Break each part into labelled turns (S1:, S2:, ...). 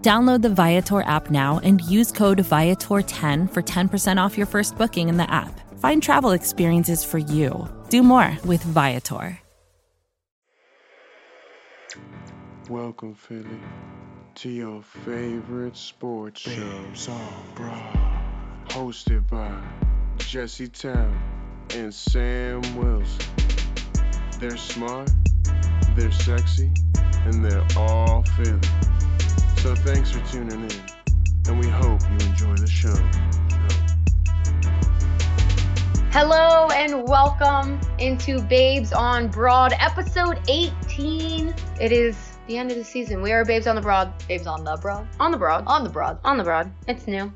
S1: Download the Viator app now and use code Viator10 for 10% off your first booking in the app. Find travel experiences for you. Do more with Viator.
S2: Welcome, Philly, to your favorite sports show. Hosted by Jesse Town and Sam Wilson. They're smart, they're sexy, and they're all Philly. So thanks for tuning in, and we hope you enjoy the show.
S3: Hello and welcome into Babes on Broad, episode 18. It is the end of the season. We are Babes on the Broad. Babes on the Broad. On the Broad. On the Broad. On the Broad. It's new.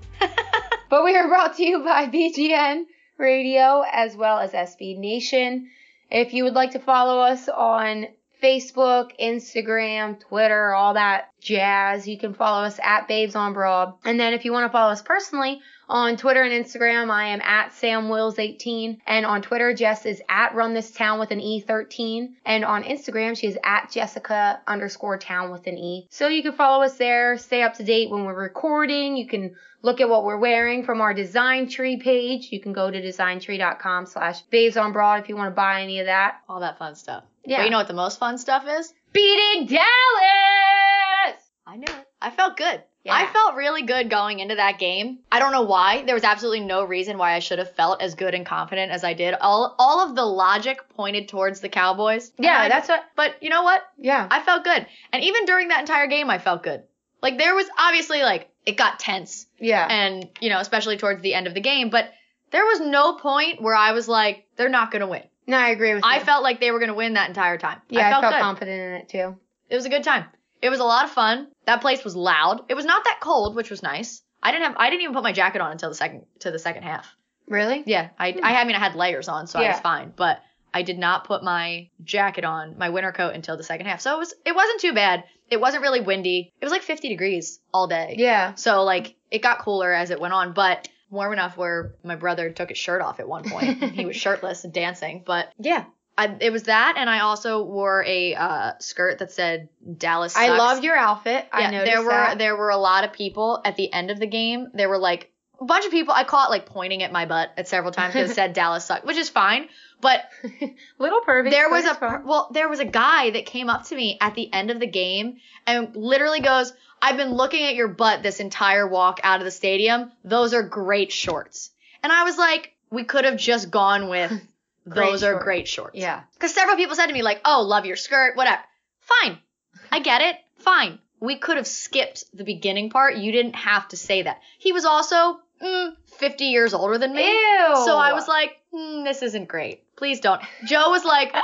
S3: but we are brought to you by BGN Radio as well as SB Nation. If you would like to follow us on Facebook, Instagram, Twitter, all that jazz, you can follow us at Babes on Broad. And then if you want to follow us personally, on Twitter and Instagram, I am at SamWills18. E And on Twitter, Jess is at Run This Town with an E13. And on Instagram, she is at Jessica underscore town with an E. So you can follow us there, stay up to date when we're recording. You can look at what we're wearing from our design tree page. You can go to designtree.com slash babes on broad if you want to buy any of that.
S4: all that fun stuff.
S3: Yeah.
S4: But you know what the most fun stuff is?
S3: Beating Dallas!
S4: I knew it. I felt good.
S3: Yeah.
S4: I felt really good going into that game. I don't know why. There was absolutely no reason why I should have felt as good and confident as I did. All all of the logic pointed towards the Cowboys.
S3: Yeah,
S4: And I-
S3: that's what-
S4: But you know what?
S3: Yeah.
S4: I felt good. And even during that entire game, I felt good. Like there was obviously like it got tense,
S3: yeah.
S4: and you know especially towards the end of the game. But there was no point where I was like, they're not gonna win.
S3: no, I agree with you.
S4: I felt like they were gonna win that entire time.
S3: yeah, I felt,
S4: good.
S3: confident in it too.
S4: It was a good time. It was a lot of fun. That place was loud. It was not that cold, which was nice. I didn't have I didn't even put my jacket on until the second to the second half.
S3: Really?
S4: Yeah, I I, I mean I had layers on, so I
S3: Yeah.
S4: was fine, but I did not put my jacket on, my winter coat until the second half. So it was it wasn't too bad. It wasn't really windy. It was like 50 degrees all day.
S3: Yeah.
S4: So like it got cooler as it went on, but warm enough where my brother took his shirt off at one point. he was shirtless and dancing, but yeah. I, it was that, and I also wore a uh, skirt that said Dallas. Sucks.
S3: I loved your outfit. I noticed
S4: there were
S3: that.
S4: there were a lot of people at the end of the game. There were like a bunch of people. I caught like pointing at my butt at several times because it said Dallas sucked, which is fine. But
S3: Little pervy.
S4: there was
S3: but
S4: a
S3: it's fine.
S4: well there was a guy that came up to me at the end of the game and literally goes i've been looking at your butt this entire walk out of the stadium those are great shorts and i was like we could have just gone with
S3: Great
S4: those are
S3: shorts.
S4: great shorts
S3: Yeah.
S4: because several people said to me like oh love your skirt whatever fine i get it fine we could have skipped the beginning part you didn't have to say that he was also mm, 50 years older than me so I was like, hmm, this isn't great. Please don't. Joe was like,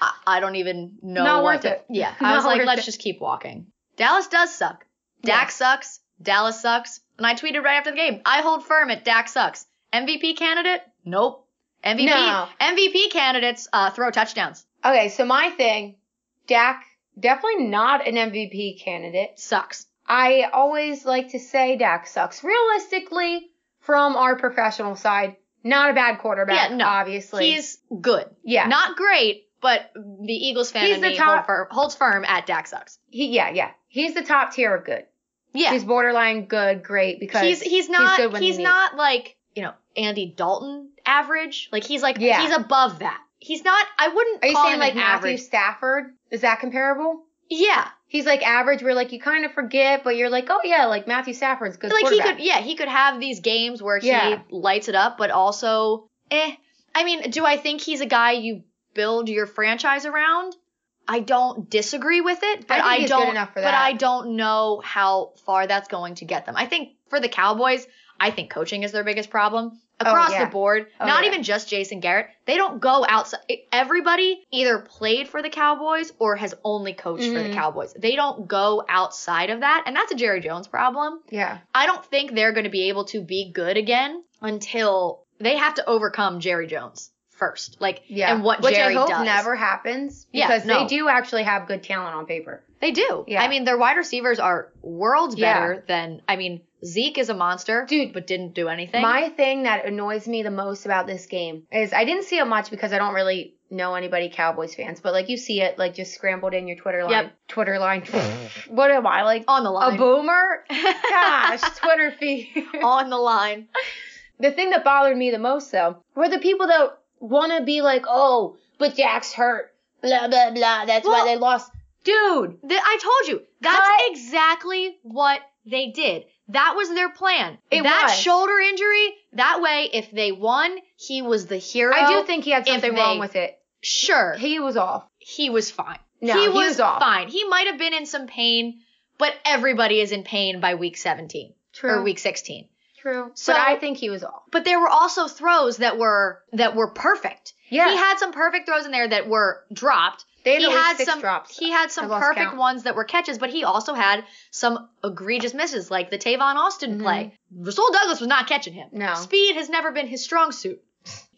S4: I, I don't even know
S3: Not
S4: what
S3: worth
S4: to.
S3: it.
S4: Yeah.
S3: Not
S4: I was like,
S3: worth
S4: let's
S3: it.
S4: just keep walking. Dallas does suck.
S3: Yeah.
S4: Dak sucks. Dallas sucks. And I tweeted right after the game. I hold firm at Dak sucks. MVP candidate? Nope. MVP
S3: No.
S4: MVP candidates uh, throw touchdowns.
S3: okay. So my thing, Dak, definitely not an MVP candidate.
S4: Sucks.
S3: I always like to say Dak sucks. Realistically, from our professional side, not a bad quarterback.
S4: Yeah, no.
S3: Obviously,
S4: He's good.
S3: yeah,
S4: Not great, but the Eagles fan
S3: He's
S4: in
S3: the
S4: me
S3: top-
S4: hold firm, holds firm at Dak sucks.
S3: he, yeah, yeah. He's the top tier of good.
S4: Yeah.
S3: He's borderline good, great because
S4: he's he's not
S3: good
S4: he's,
S3: when he needs.
S4: not like you know Andy Dalton average. Like he's like
S3: Yeah.
S4: he's above that. He's not. I wouldn't.
S3: Are you
S4: call
S3: saying
S4: him
S3: like
S4: an
S3: Matthew
S4: average?
S3: Stafford? Is that comparable?
S4: Yeah,
S3: He's like average. Where like you kind of forget, but you're like, oh yeah, like Matthew Stafford's good.
S4: like he
S3: quarterback.
S4: could. Yeah, he could have these games where
S3: Yeah.
S4: he lights it up, but also, eh. I mean, do I think he's a guy you build your franchise around? I don't disagree with it, but
S3: think
S4: I,
S3: he's good
S4: don't.
S3: enough for
S4: But
S3: that.
S4: I don't know how far that's going to get them. I think for the Cowboys, I think coaching is their biggest problem across
S3: yeah.
S4: the board.
S3: Oh,
S4: not
S3: yeah.
S4: even just Jason Garrett. They don't go outside. Everybody either played for the Cowboys or has only coached for the
S3: Mhm.
S4: Cowboys. They don't go outside of that, and that's a Jerry Jones problem.
S3: Yeah.
S4: I don't think they're going to be able to be good again until they have to overcome Jerry Jones first. Like,
S3: Yeah.
S4: and what
S3: Which
S4: Jerry
S3: I hope
S4: does.
S3: never happens
S4: Yeah,
S3: because
S4: no.
S3: they do actually have good talent on paper.
S4: They do.
S3: Yeah.
S4: I mean, their wide receivers are worlds
S3: Yeah.
S4: better than. I mean, Zeke is a monster,
S3: Dude,
S4: but didn't do anything.
S3: My thing that annoys me the most about this game is I didn't see it much because I don't really know anybody Cowboys fans, but like you see it like just scrambled in your Twitter line.
S4: Yep.
S3: Twitter line. what am I like?
S4: on the
S3: A
S4: line.
S3: boomer? Gosh, Twitter feed.
S4: on the line.
S3: the thing that bothered me the most though were the people that want to be like, oh, but Jack's hurt. Blah blah blah. That's
S4: Well-
S3: why they lost. Dude,
S4: Th- I told you. That's
S3: Cut.
S4: exactly what they did. That was their plan.
S3: It
S4: that
S3: was.
S4: shoulder injury. That way, if they won, he was the hero.
S3: I do think he had
S4: if
S3: something
S4: they-
S3: wrong with it.
S4: Sure, he,
S3: He was off.
S4: was fine.
S3: No,
S4: he,
S3: he
S4: was,
S3: was off.
S4: fine. He might have been in some pain, but everybody is in pain by week 17 or
S3: True.
S4: week 16.
S3: True.
S4: So-
S3: but I think he was off.
S4: But there were also throws that were that were perfect.
S3: Yeah.
S4: He had some perfect throws in there that were dropped.
S3: They had
S4: he
S3: at least
S4: had
S3: six
S4: some
S3: drops.
S4: he had
S3: I
S4: some
S3: lost
S4: perfect
S3: count.
S4: ones that were catches, but he also had some egregious misses like the Tavon Austin
S3: Mhm.
S4: play. Rasul Douglas was not catching him.
S3: No.
S4: Speed has never been his strong suit.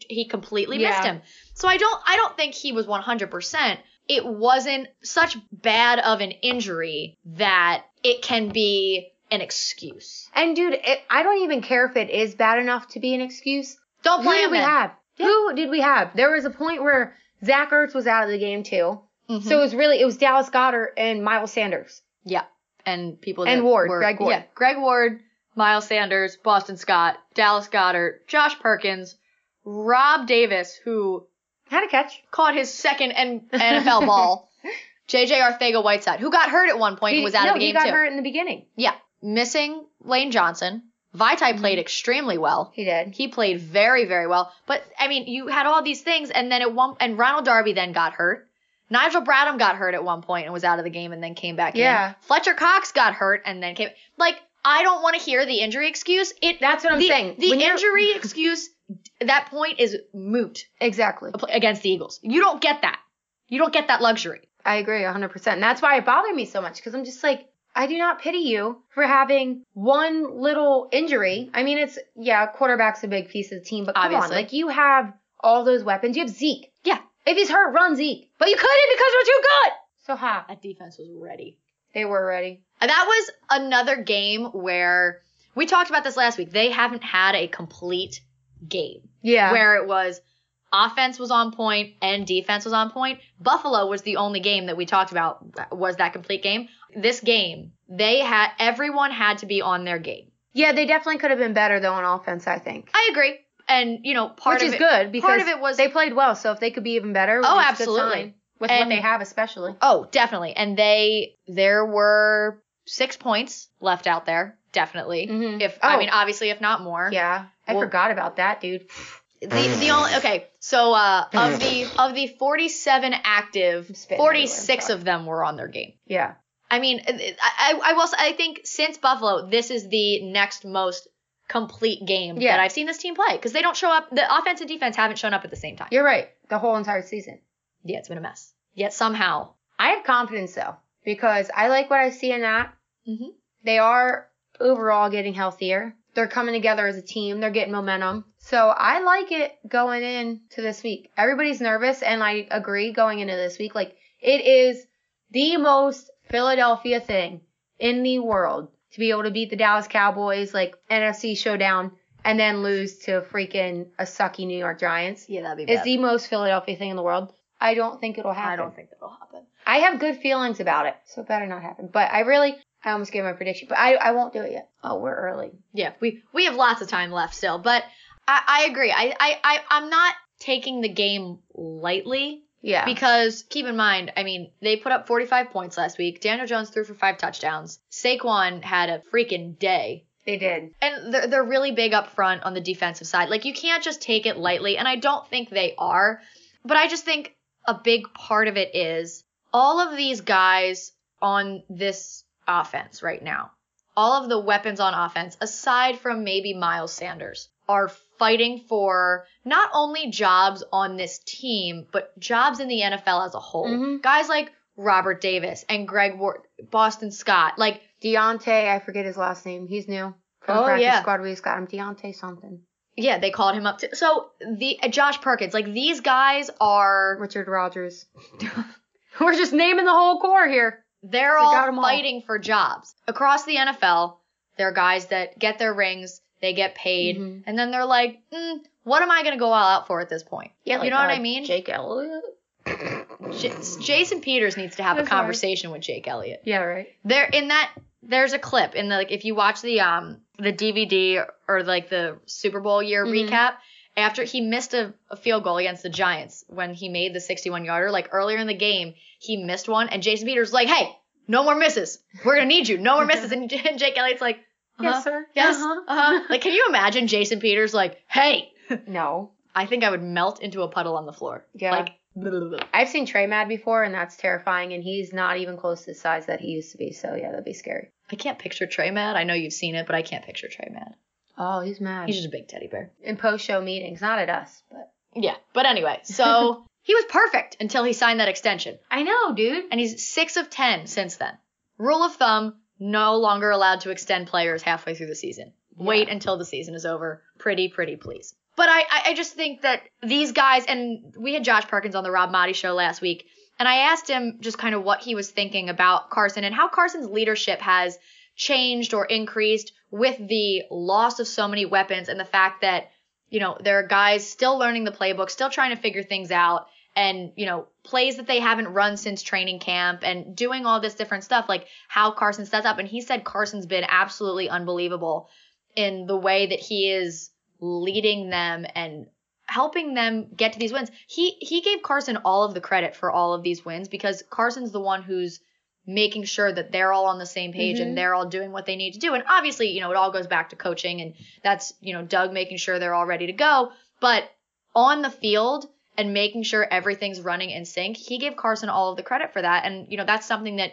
S4: He completely missed
S3: Yeah.
S4: him. So I don't I don't think he was 100%. It wasn't such bad of an injury that it can be an excuse.
S3: And dude, it, I don't even care if it is bad enough to be an excuse.
S4: Don't
S3: Who
S4: blame
S3: did we
S4: them.
S3: have? Who did we have? There was a point where Zach Ertz was out of the game too.
S4: Mhm.
S3: So it was really it was Dallas Goddard and Miles Sanders.
S4: Yeah. And people
S3: And
S4: that
S3: Ward,
S4: were-
S3: Greg Ward.
S4: Yeah, Greg Ward, Miles Sanders, Boston Scott, Dallas Goddard, Josh Perkins, Rob Davis, who
S3: Had a catch.
S4: caught his second N- NFL ball. JJ Arthega Whiteside, who got hurt at one point and was out
S3: no,
S4: of the game
S3: he got
S4: too.
S3: hurt in the beginning.
S4: Yeah. Missing Lane Johnson. Vitae
S3: Mm-hmm.
S4: played extremely well.
S3: He did.
S4: He played very, very well. But I mean, you had all these things, and then at one, and Ronald Darby then got hurt. Nigel Bradham got hurt at one point and was out of the game, and then came back
S3: Yeah.
S4: in. Fletcher Cox got hurt and then came. Like, I don't want to hear the injury excuse. It
S3: That's what I'm
S4: the,
S3: saying.
S4: The
S3: When you're-
S4: injury excuse at that point is moot
S3: Exactly.
S4: against the Eagles. You don't get that. You don't get that luxury.
S3: I agree 100%. And that's why it bothered me so much because I'm just like, I do not pity you for having one little injury. I mean, it's, yeah, quarterback's a big piece of the team, but come
S4: Obviously.
S3: on. Like, you have all those weapons. You have Zeke.
S4: Yeah.
S3: If he's hurt, run Zeke. But you couldn't because you're too good. So, ha.
S4: That defense was ready.
S3: They were ready.
S4: That was another game where we talked about this last week. They haven't had a complete game.
S3: Yeah.
S4: where it was offense was on point and defense was on point. Buffalo was the only game that we talked about was that complete game. This game, they had everyone had to be on their game.
S3: yeah, they definitely could have been better, though, on offense, I think.
S4: I agree. And you know, part
S3: Which
S4: of
S3: is
S4: it,
S3: good because
S4: of it was-
S3: they played well. So, if they could be even better,
S4: Oh,
S3: it's a good
S4: absolutely.
S3: sign With what
S4: And-
S3: they have, especially.
S4: Oh, definitely. And they there were six points left out there, definitely.
S3: Mhm.
S4: If I
S3: Oh.
S4: mean, obviously, if not more.
S3: Yeah. I
S4: Oh. Well-
S3: forgot about that, dude.
S4: The, the only okay. So uh, of the of the forty seven active,
S3: spitting everywhere,
S4: forty six
S3: sorry.
S4: of them were on their game.
S3: Yeah.
S4: I mean, I, I, I will. say- I think since Buffalo, this is the next most complete game
S3: Yeah.
S4: that I've seen this team play because they don't show up. The offense and defense haven't shown up at the same time.
S3: You're right. The whole entire season.
S4: Yeah, it's been a mess. Yet somehow,
S3: I have confidence though because I like what I see in that.
S4: Mhm.
S3: They are overall getting healthier. They're coming together as a team. They're getting momentum. So I like it going into this week. Everybody's nervous, and I agree going into this week. Like it is the most Philadelphia thing in the world to be able to beat the Dallas Cowboys, like NFC showdown, and then lose to freaking a sucky New York Giants.
S4: yeah, that'd
S3: It's the most Philadelphia thing in the world. I don't think it'll happen.
S4: I don't think that'll happen.
S3: I have good feelings about it, so it better not happen. But I really, I almost gave my prediction, but I, I won't do it yet. Oh, we're early.
S4: Yeah, we we have lots of time left still, but I, I agree. I, I I I'm not taking the game lightly
S3: Yeah.
S4: because keep in mind, I mean, they put up 45 points last week. Daniel Jones threw for five touchdowns. Saquon had a freaking day.
S3: they did.
S4: and they're, they're really big up front on the defensive side. Like you can't just take it lightly, and I don't think they are. But I just think a big part of it is all of these guys on this offense right now all of the weapons on offense, aside from maybe Miles Sanders, are fighting for not only jobs on this team, but jobs in the NFL as a whole.
S3: Mhm.
S4: Guys like Robert Davis and Greg Ward, Boston Scott, like
S3: Deontay, I forget his last name. He's new. From
S4: Oh,
S3: practice
S4: yeah.
S3: squad, we just got him. Deontay something.
S4: yeah, they called him up to. So the uh, Josh Perkins, like these guys are,
S3: Richard Rogers. We're just naming the whole core here.
S4: they're
S3: We got
S4: all
S3: 'em all.
S4: fighting for jobs across the NFL. They're guys that get their rings, they get paid,
S3: Mhm.
S4: and then they're like, mm, what am I gonna go all out for at this point? you know what I mean?
S3: uh, Jake Elliott.
S4: J- Jason Peters needs to have a
S3: I'm sorry.
S4: conversation with Jake Elliott.
S3: Yeah, right.
S4: there in that there's a clip in the like if you watch the um the DVD or like the Super Bowl year
S3: Mhm.
S4: recap after he missed a, a field goal against the Giants when he made the 61 yarder like earlier in the game he missed one and Jason Peters was like hey no more misses we're gonna need you no more misses and, and Jake Elliott's like uh-huh,
S3: Yes, sir.
S4: yes
S3: Uh-huh.
S4: uh-huh. like can you imagine Jason Peters like hey
S3: Uh, No.
S4: I think I would melt into a puddle on the floor
S3: Yeah.
S4: like
S3: I've seen Trey mad before, and that's terrifying. And he's not even close to the size that he used to be. So yeah, that'd be scary.
S4: I can't picture Trey mad I know you've seen it but I can't picture Trey mad
S3: Oh, he's mad.
S4: he's just a big teddy bear
S3: in post-show meetings, not at us, but
S4: Yeah. But anyway, so he was perfect until he signed that extension.
S3: I know, dude.
S4: And he's six of 10 since then. Rule of thumb no longer allowed to extend players halfway through the season. Wait
S3: Yeah.
S4: until the season is over. Pretty, pretty please. But I, I, I just think that these guys, and we had Josh Perkins on the Rob Motti show last week, and I asked him just kind of what he was thinking about Carson and how Carson's leadership has changed or increased with the loss of so many weapons and the fact that, you know, there are guys still learning the playbook, still trying to figure things out, and, you know, plays that they haven't run since training camp and doing all this different stuff, like how Carson sets up. And he said Carson's been absolutely unbelievable in the way that he is leading them and helping them get to these wins. He he gave Carson all of the credit for all of these wins because Carson's the one who's making sure that they're all on the same page
S3: Mhm.
S4: and they're all doing what they need to do. And obviously, you know, it all goes back to coaching and that's, you know, Doug making sure they're all ready to go, but on the field and making sure everything's running in sync, he gave Carson all of the credit for that and you know, that's something that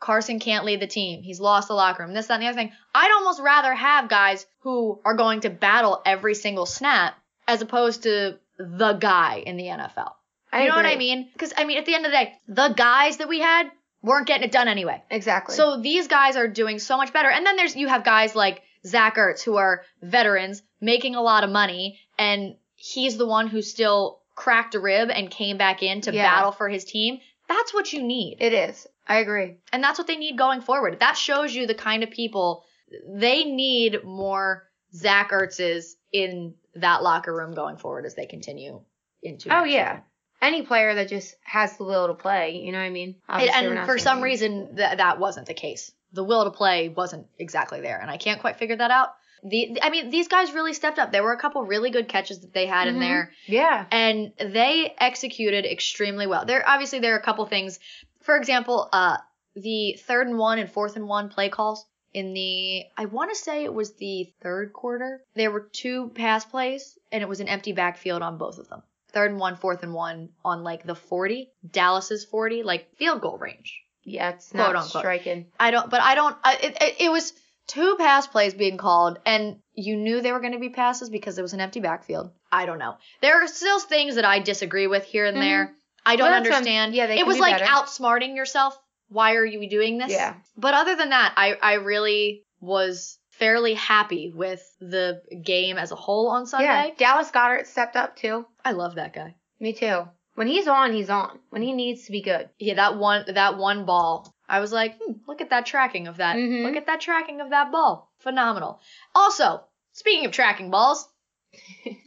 S4: Carson can't lead the team. He's lost the locker room. This, that, and the other thing. I'd almost rather have guys who are going to battle every single snap as opposed to the guy in the NFL. You know what I mean? Because, I mean, at the end of the day, the guys that we had weren't getting it done anyway.
S3: Exactly.
S4: So these guys are doing so much better. And then there's you have guys like Zach Ertz who are veterans making a lot of money, and he's the one who still cracked a rib and came back in to
S3: Yeah.
S4: battle for his team. That's what you need.
S3: it is. I agree.
S4: And that's what they need going forward. That shows you the kind of people they need more Zach Ertz's in that locker room going forward as they continue into.
S3: Oh
S4: next
S3: yeah.
S4: season.
S3: Any player that just has the will to play, you know what I mean?
S4: And-
S3: Obviously, we're
S4: and
S3: not
S4: for
S3: saying
S4: some
S3: that.
S4: reason, th- that wasn't the case. The will to play wasn't exactly there, and I can't quite figure that out. The, I mean, these guys really stepped up. There were a couple really good catches that they had
S3: Mhm.
S4: in there.
S3: yeah,
S4: and they executed extremely well. There obviously there are a couple things. For example, uh the third and one and fourth and one play calls in the I want to say it was the third quarter. There were two pass plays and it was an empty backfield on both of them. Third and one, fourth and one on like the 40, Dallas's 40, like field goal range.
S3: yeah, it's
S4: Quote,
S3: not
S4: unquote.
S3: striking.
S4: I don't, but I don't. I, it, it, it was two pass plays being called, and you knew they were going to be passes because it was an empty backfield. I don't know. There are still things that I disagree with here and there. I
S3: Mm-hmm.
S4: don't
S3: Well, that's what I'm-
S4: understand.
S3: yeah, they
S4: it
S3: can
S4: was
S3: do
S4: like
S3: better.
S4: outsmarting yourself. Why are you doing this?
S3: Yeah.
S4: But other than that, I I really was fairly happy with the game as a whole on Sunday.
S3: Yeah, Dallas Goddard stepped up too.
S4: I love that guy.
S3: Me too. When he's on, he's on. When he needs to be good.
S4: Yeah, that one that one ball. I was like, hmm, look at that tracking of that.
S3: Mhm.
S4: Look at that tracking of that ball. Phenomenal. Also, speaking of tracking balls,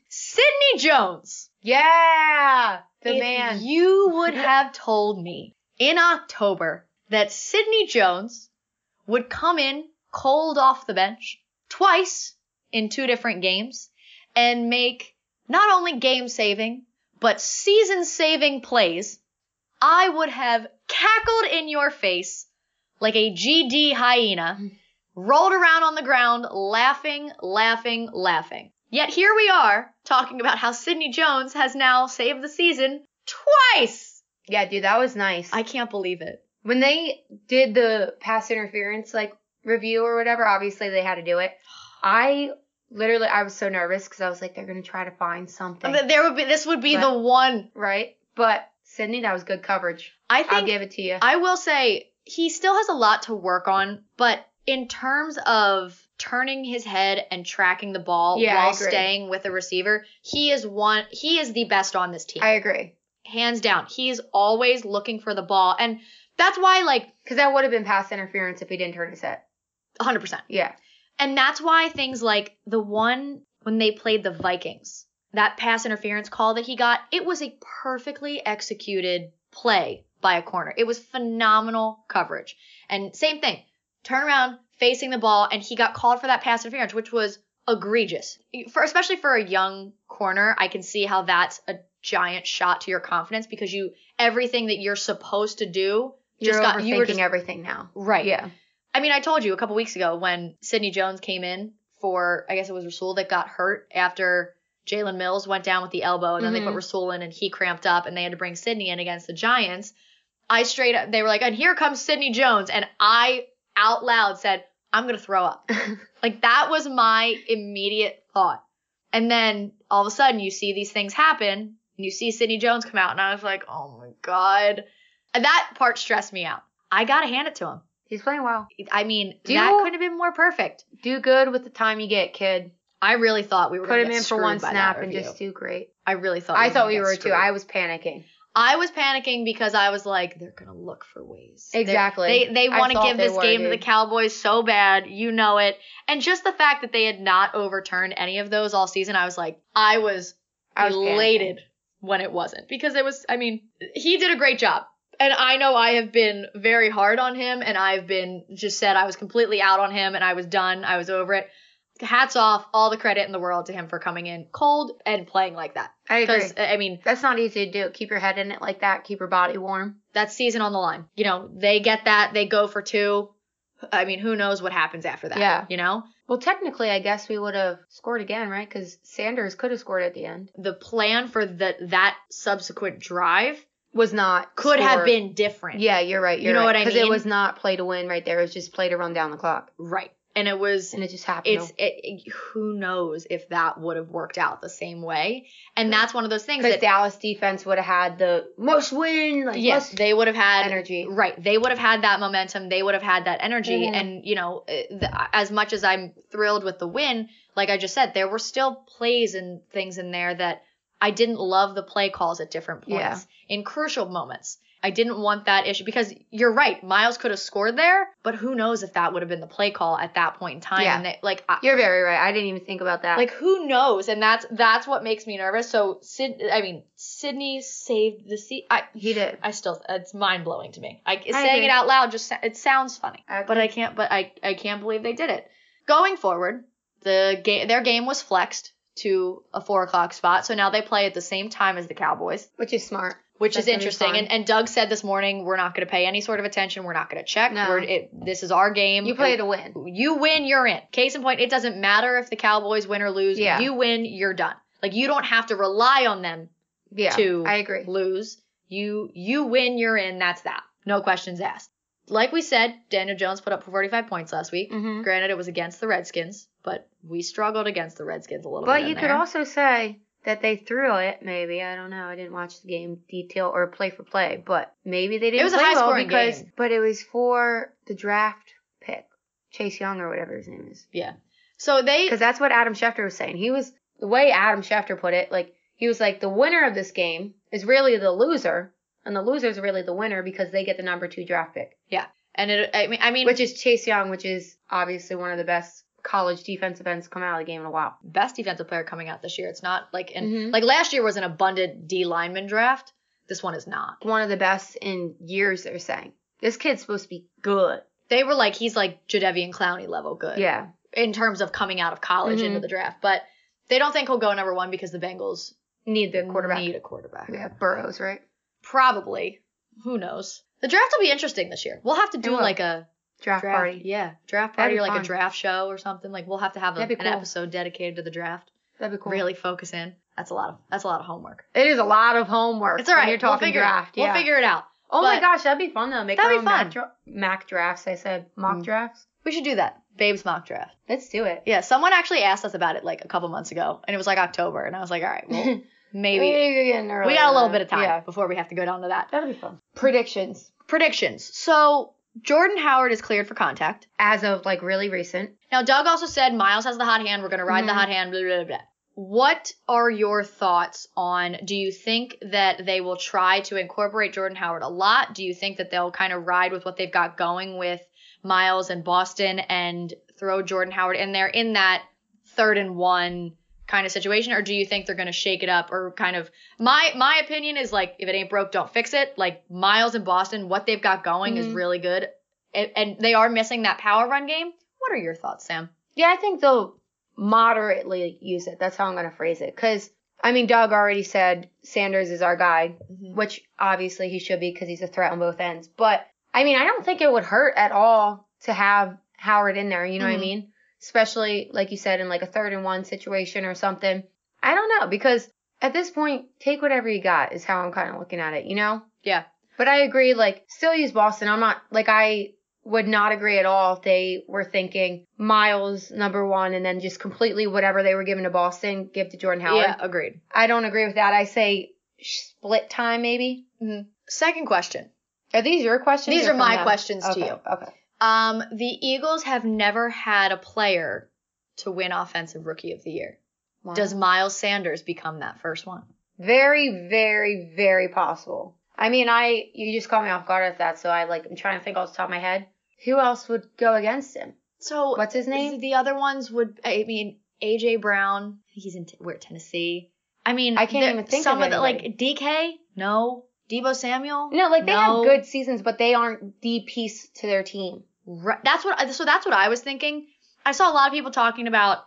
S4: Sidney Jones.
S3: Yeah, the
S4: If
S3: man.
S4: You would have told me in October that Sidney Jones would come in cold off the bench twice in two different games and make not only game saving, but season saving plays, I would have cackled in your face like a GD
S3: Mm.
S4: hyena, rolled around on the ground, laughing, laughing, laughing. Yet here we are talking about how Sidney Jones has now saved the season twice.
S3: yeah, dude, that was nice.
S4: I can't believe it.
S3: when they did the pass interference, like review or whatever. Obviously, they had to do it. I literally, I was so nervous because I was like, they're gonna try to find something,
S4: Th- There would be this would be
S3: But-
S4: the one.
S3: right? But Sydney, that was good coverage.
S4: I
S3: I'll
S4: think
S3: give it to you.
S4: I will say he still has a lot to work on, but in terms of turning his head and tracking the ball
S3: Yeah, I
S4: while
S3: agree.
S4: staying with a receiver, he is one he is the best on this team.
S3: I agree
S4: Hands down. He is always looking for the ball and that's why like
S3: because that would have been pass interference if he didn't turn his head.
S4: 100%.
S3: Yeah,
S4: And that's why things like the one when they played the Vikings, that pass interference call that he got, it was a perfectly executed play by a corner. It was phenomenal coverage. And same thing, turn around facing the ball, and he got called for that pass interference, which was egregious. For especially for a young corner, I can see how that's a giant shot to your confidence because you everything that you're supposed to do
S3: you're
S4: just got
S3: overthinking
S4: you were just
S3: everything now.
S4: right.
S3: Yeah,
S4: I mean, I told you a couple weeks ago when Sidney Jones came in for, I guess it was Rasul that got hurt after Jalen Mills went down with the elbow, and then
S3: Mhm.
S4: they put Rasul in and he cramped up, and they had to bring Sidney in against the Giants. I straight up, they were like, and here comes Sidney Jones, and I out loud said, I'm gonna throw up. like that was my immediate thought. And then all of a sudden, you see these things happen, and you see Sidney Jones come out, and I was like, oh my god, and that part stressed me out. I gotta hand it to him.
S3: he's playing well.
S4: I mean,
S3: Do-
S4: that couldn't have been more perfect.
S3: Do good with the time you get, kid.
S4: I really thought we were
S3: Put
S4: going
S3: him
S4: to
S3: in
S4: get
S3: for one
S4: screwed by
S3: snap
S4: that
S3: and
S4: review.
S3: just do great.
S4: I really thought.
S3: I
S4: were
S3: thought
S4: gonna
S3: we
S4: get
S3: were too.
S4: screwed.
S3: I was panicking.
S4: I was panicking because I was like, they're going to look for ways. They're-
S3: Exactly.
S4: They they
S3: I
S4: want to
S3: thought
S4: give
S3: they
S4: this
S3: were,
S4: game to the
S3: dude.
S4: Cowboys so bad, you know it. And just the fact that they had not overturned any of those all season, I was like, I was,
S3: I was
S4: elated when it wasn't because it was. I mean, he did a great job. And I know I have been very hard on him, and I've been just said I was completely out on him, and I was done, I was over it. Hats off, all the credit in the world to him for coming in cold and playing like that.
S3: I agree.
S4: Because I mean,
S3: That's not easy to do. Keep your head in it like that. Keep your body warm.
S4: that's season on the line. You know, they get that, they go for two. I mean, who knows what happens after that?
S3: Yeah.
S4: You know,
S3: Well, technically, I guess we would have scored again, right? Because Sanders could have scored at the end.
S4: the plan for the, that subsequent drive
S3: Was not.
S4: could
S3: score-
S4: have been different.
S3: Yeah, you're right. You're
S4: You know what I
S3: Because
S4: mean?
S3: it was not play to win right there. It was just play to run down the clock.
S4: Right. And it was,
S3: And it just happened.
S4: it's, it, it- who knows if that would have worked out the same way. And that's one of those things
S3: because
S4: that,
S3: Dallas defense would have had the most win. Like, yes.
S4: yes, they would have had
S3: energy.
S4: Right. They would have had that momentum. They would have had that energy.
S3: Mhm.
S4: And, you know, eh, the, as much as I'm thrilled with the win, like I just said, there were still plays and things in there that I didn't love the play calls at different points
S3: Yeah.
S4: in crucial moments. I didn't want that issue because you're right. Miles could have scored there, but who knows if that would have been the play call at that point in time.
S3: Yeah.
S4: And they, like, I,
S3: You're very right. I didn't even think about that.
S4: like who knows? And that's, that's what makes me nervous. So Sid, I mean, Sydney saved the seat. I,
S3: he did.
S4: I still it's mind blowing to me. I, saying
S3: agree.
S4: it out loud just sa- it sounds funny,
S3: I
S4: but I can't. But I I can't believe they did it. Going forward, the game their game was flexed to a four o'clock spot, so now they play at the same time as the Cowboys,
S3: Which is smart.
S4: which
S3: That's
S4: is
S3: gonna be
S4: interesting.
S3: fun.
S4: And and Doug said this morning we're not going to pay any sort of attention. We're not going to check.
S3: No.
S4: We're, it, this is our game.
S3: You play to win.
S4: You win, you're in. Case in point, it doesn't matter if the Cowboys win or lose.
S3: Yeah.
S4: You win, you're done. Like you don't have to rely on them
S3: Yeah.
S4: to
S3: I agree.
S4: lose. You you win, you're in. That's that. No questions asked. Like we said, Daniel Jones put up 45 points last week.
S3: Mm-hmm.
S4: Granted, it was against the Redskins, but we struggled against the Redskins a little bit.
S3: But
S4: in
S3: you could
S4: there.
S3: also say that they threw it. Maybe I don't know. I didn't watch the game detail or play for play, but maybe they didn't.
S4: was a
S3: play well
S4: high-scoring
S3: because,
S4: game.
S3: But it was for the draft pick, Chase Young or whatever his name is,
S4: yeah. So they
S3: because that's what Adam Schefter was saying. He was the way Adam Schefter put it. Like he was like the winner of this game is really the loser, and the loser is really the winner because they get the number two draft pick,
S4: and it I mean I mean
S3: which is Chase Young, which is obviously one of the best college defensive ends to come out of the game in a while.
S4: best defensive player coming out this year. It's not like in
S3: Mhm.
S4: like last year was an abundant D lineman draft. This one is not.
S3: one of the best in years, they're saying. This kid's supposed to be good.
S4: They were like he's like Jadevian Clowney level good.
S3: Yeah.
S4: In terms of coming out of college
S3: Mhm.
S4: into the draft, but they don't think he'll go number one because the Bengals
S3: Need the quarterback.
S4: need a quarterback.
S3: We have Burrows, right?
S4: Probably. Who knows? The draft will be interesting this year. We'll have to do
S3: will.
S4: like a
S3: Draft,
S4: draft,
S3: party.
S4: yeah, draft
S3: That'd
S4: party
S3: be
S4: or like
S3: fun.
S4: a draft show or something. Like we'll have to have a,
S3: That'd be
S4: an
S3: cool.
S4: episode dedicated to the draft.
S3: That'd be cool.
S4: Really focus in. That's a lot of that's a lot of homework.
S3: It is a lot of homework.
S4: It's all
S3: when
S4: right.
S3: You're talking
S4: we'll figure
S3: draft.
S4: It. We'll
S3: yeah.
S4: figure it out.
S3: oh my
S4: but-
S3: gosh, that'd be fun though. Make
S4: That'd
S3: our
S4: be
S3: own Mac,
S4: fun.
S3: dra- Mac drafts. I said mock
S4: Mm.
S3: drafts.
S4: We should do that. Babes mock draft.
S3: Let's do it.
S4: Yeah, someone actually asked us about it like a couple months ago, and it was like October, and I was like, all right, well, maybe
S3: Maybe we get an
S4: we got a little
S3: earlier.
S4: bit of time
S3: Yeah,
S4: before we have to go down to that.
S3: that'll be fun. Predictions
S4: Predictions. So Jordan Howard is cleared for contact.
S3: as of like really recent.
S4: Now Doug also said Miles has the hot hand. We're gonna ride the
S3: Mhm.
S4: hot hand. Blah blah blah. What are your thoughts on? Do you think that they will try to incorporate Jordan Howard a lot? Do you think that they'll kind of ride with what they've got going with Miles and Boston and throw Jordan Howard in there in that third and one kind of situation or do you think they're going to shake it up or kind of my my opinion is like if it ain't broke don't fix it like miles and boston what they've got going is
S3: Mhm.
S4: really good and, and they are missing that power run game what are your thoughts sam
S3: Yeah, I think they'll moderately use it. That's how I'm going to phrase it. Because, I mean, Doug already said Sanders is our guy, which obviously he should be because he's a threat on both ends. But, I mean, I don't think it would hurt at all to have Howard in there. You know what
S4: Mhm.
S3: I mean? Especially, like you said, in like a third and one situation or something. I don't know because at this point, take whatever you got is how I'm kind of looking at it, you know?
S4: yeah
S3: But I agree, like, still use Boston. I'm not, like, I would not agree at all if they were thinking Miles, number one, and then just completely whatever they were giving to Boston, give to Jordan Howard.
S4: yeah agreed
S3: I don't agree with that. I say sh- split time, maybe.
S4: second question
S3: Are these your questions?
S4: These
S3: or
S4: are
S3: from
S4: my
S3: them?
S4: questions to
S3: Okay,
S4: you.
S3: Okay.
S4: um the eagles have never had a player to win offensive rookie of the year
S3: Wow.
S4: does miles sanders become that first one
S3: Very, very, very possible. I mean, I, you just caught me off guard at that, so I, like, I'm trying to think off the top of my head. Who else would go against him?
S4: so
S3: What's his name?
S4: The other ones would, I mean, AJ Brown. He's in we're at Tennessee. I mean,
S3: I can't
S4: there-
S3: even think
S4: some
S3: of
S4: the
S3: anybody.
S4: like DK. No, Debo Samuel.
S3: No, like, they
S4: No.
S3: have good seasons, but they aren't the piece to their team.
S4: Right. That's what. I- So that's what I was thinking. I saw a lot of people talking about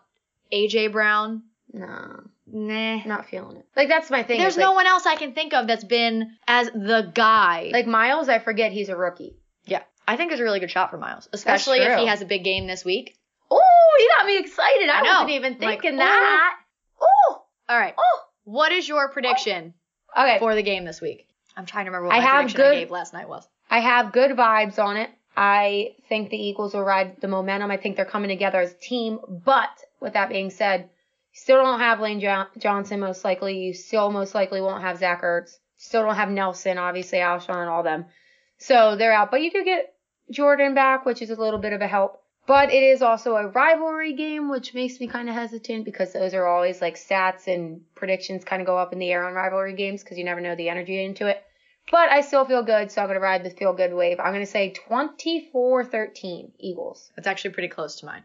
S4: AJ Brown.
S3: No.
S4: Nah.
S3: not feeling it. Like that's my thing.
S4: There's
S3: is,
S4: no
S3: like,
S4: one else I can think of that's been as the guy.
S3: like Miles. I forget he's a rookie.
S4: yeah, I think it's a really good shot for Miles, especially if
S3: true.
S4: he has a big game this week.
S3: Oh, you got me excited.
S4: I know. Like, ooh.
S3: Oh,
S4: All right.
S3: oh.
S4: What is your prediction
S3: Okay,
S4: for the game this week? I'm trying to remember what
S3: I
S4: my
S3: have
S4: prediction I
S3: good-
S4: gave last night was.
S3: I have good vibes on it. I think the Eagles will ride the momentum. I think they're coming together as a team. But with that being said, still don't have Lane jo- Johnson most likely. You still most likely won't have Zach Ertz. Still don't have Nelson, obviously Alshon and all them. So they're out. But you do get Jordan back, which is a little bit of a help. But it is also a rivalry game, which makes me kind of hesitant because those are always like stats and predictions kind of go up in the air on rivalry games because you never know the energy into it. But I still feel good, so I'm going to ride the feel good wave. I'm going to say 24 13 Eagles.
S4: That's actually pretty close to mine.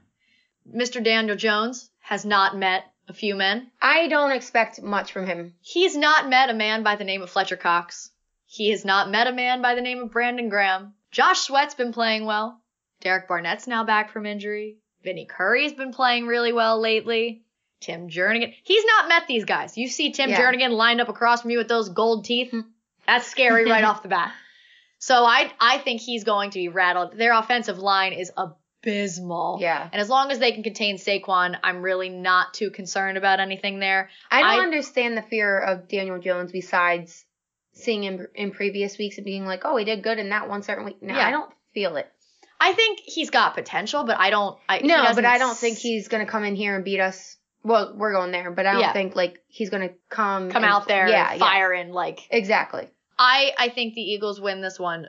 S4: Mr. Daniel Jones has not met a few men.
S3: I don't expect much from him.
S4: He's not met a man by the name of Fletcher Cox. He has not met a man by the name of Brandon Graham. Josh Sweat's been playing well. Derek Barnett's now back from injury. Vinny Curry's been playing really well lately. Tim Jernigan. He's not met these guys. You see Tim
S3: Yeah.
S4: Jernigan lined up across from you with those gold teeth. That's scary right off the bat. So I I think he's going to be rattled. Their offensive line is abysmal.
S3: Yeah.
S4: And as long as they can contain Saquon, I'm really not too concerned about anything there.
S3: I don't
S4: I-
S3: understand the fear of Daniel Jones besides seeing him in previous weeks and being like, oh, he did good in that one certain week. No,
S4: Yeah.
S3: I don't feel it.
S4: I think he's got potential, but I don't. I, he
S3: No,
S4: doesn't
S3: but I don't think
S4: s-
S3: he's going to come in here and beat us. Well, we're going there, but I don't
S4: Yeah.
S3: think like he's going to come
S4: come
S3: and-
S4: out there
S3: Yeah,
S4: and
S3: yeah.
S4: fire in like.
S3: Exactly.
S4: I I think the Eagles win this one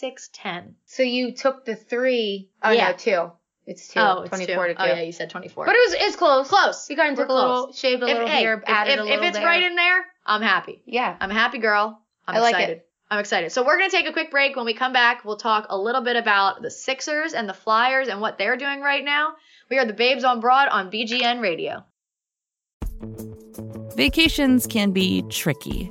S4: 26-10.
S3: So you took the three. Oh,
S4: Yeah.
S3: no, two. It's two.
S4: Oh, it's
S3: 24 to
S4: two.
S3: two.
S4: Oh yeah, you said 24.
S3: But it was it's close.
S4: Close.
S3: You kind of
S4: We're
S3: took a little,
S4: close.
S3: shaved a
S4: If-
S3: little
S4: hey,
S3: here,
S4: if,
S3: added
S4: if-
S3: a little
S4: if it's
S3: there.
S4: right in there, I'm happy.
S3: yeah.
S4: I'm a happy girl. I'm
S3: I like
S4: excited. I'm excited. So we're going to take a quick break. When we come back, we'll talk a little bit about the Sixers and the Flyers and what they're doing right now. We are the Babes on Broad on BGN Radio.
S1: Vacations can be tricky.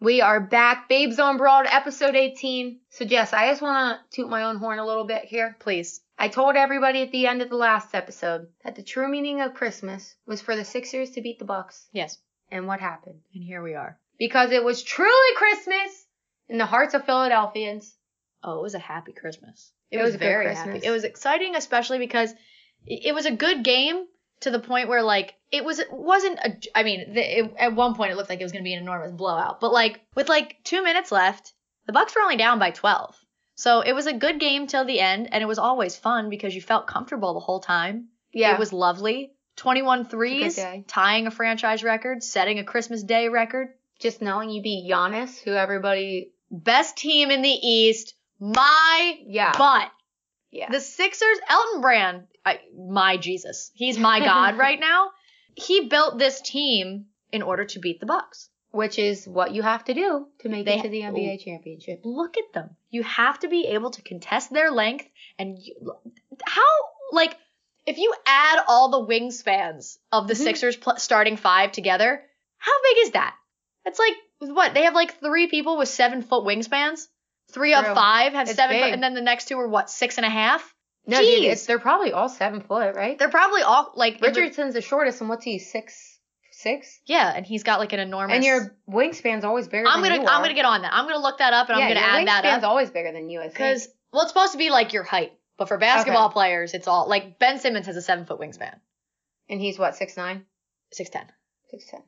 S3: We are back, Babes on Broad, episode 18. So, Jess, I just want to toot my own horn a little bit here.
S4: Please.
S3: I told everybody at the end of the last episode that the true meaning of Christmas was for the Sixers to beat the Bucks.
S4: Yes.
S3: And what happened?
S4: And here we are.
S3: Because it was truly Christmas in the hearts of Philadelphians.
S4: Oh, it was a happy Christmas.
S3: It was a good Christmas.
S4: It was exciting, especially because i- it was a good game to the point where like it was it wasn't a. I mean, the, it, at one point it looked like it was going to be an enormous blowout, but like with like two minutes left, the Bucks were only down by twelve. So it was a good game till the end, and it was always fun because you felt comfortable the whole time.
S3: Yeah.
S4: It was lovely. 21 threes,
S3: day.
S4: tying a franchise record, setting a Christmas Day record.
S3: just knowing you beat Giannis, who everybody.
S4: Best team in the East. My
S3: Yeah.
S4: butt.
S3: yeah.
S4: The Sixers, Elton Brand, I, my Jesus, he's my God right now. He built this team in order to beat the Bucks.
S3: which is what you have to do to make
S4: They-
S3: it to the NBA championship.
S4: Look at them. You have to be able to contest their length and you, how like if you add all the wingspans of the
S3: Mhm.
S4: Sixers pl- starting five together, how big is that? It's like what they have like three people with seven foot wingspans. Three
S3: True.
S4: of five have
S3: It's
S4: seven, foot,
S3: big.
S4: and then the next two are what six and a half.
S3: No, dude,
S4: Jeez.
S3: it's, they're probably all seven foot, right?
S4: They're probably all like in the-
S3: Richardson's the shortest, and what's he six six?
S4: Yeah, and he's got like an enormous.
S3: And your wingspan's always bigger.
S4: I'm
S3: than
S4: gonna
S3: you
S4: I'm
S3: are.
S4: gonna get on that. I'm gonna look that up and
S3: yeah,
S4: I'm gonna
S3: your
S4: add that
S3: wingspan's
S4: up
S3: always bigger than you, I think.
S4: because well, it's supposed to be like your height, but for basketball players, it's all like Ben Simmons has a seven foot wingspan,
S3: and he's what six nine,
S4: six ten.
S3: six ten.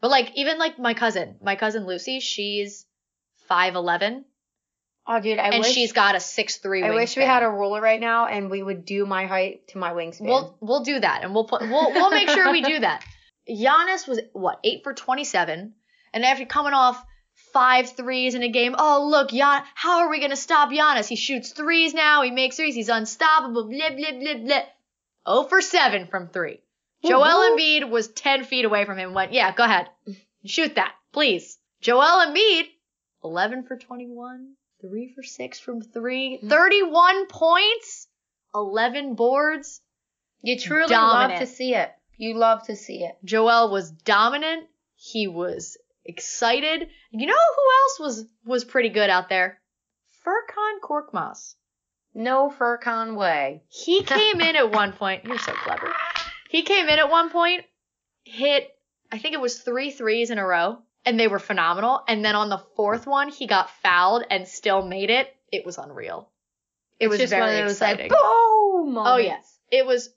S4: But like even like my cousin, my cousin Lucy, she's five eleven,
S3: Oh, dude, I
S4: and
S3: wish
S4: she's got a six three.
S3: I wish we had a ruler right now, and we would do my height to my wingspan.
S4: We'll we'll do that, and we'll put we'll we'll make sure we do that. Giannis was what eight for twenty seven, and after coming off five threes in a game, oh look, Gian, how are we gonna stop Giannis? He shoots threes now, he makes threes, he's unstoppable. Blah blah blah blah. Oh for seven from three. Joel Embiid was ten feet away from him. and Went yeah, go ahead, shoot that, please. Joel Embiid, eleven for twenty one. Three for six from three, 31 points, 11 boards,
S3: you truly love
S4: Dominant.
S3: to see it. You love to see it.
S4: Joel was dominant. He was excited. You know who else was was pretty good out there? Furkan Korkmaz.
S3: No fur Conway.
S4: He came in at one point. You're so clever. He came in at one point, hit I think it was three threes in a row, and they were phenomenal. And then on the fourth one, he got fouled and still made it. It was unreal. It
S3: It's
S4: was
S3: just
S4: very
S3: one of those like
S4: exciting.
S3: boom. Oh
S4: yes. It was,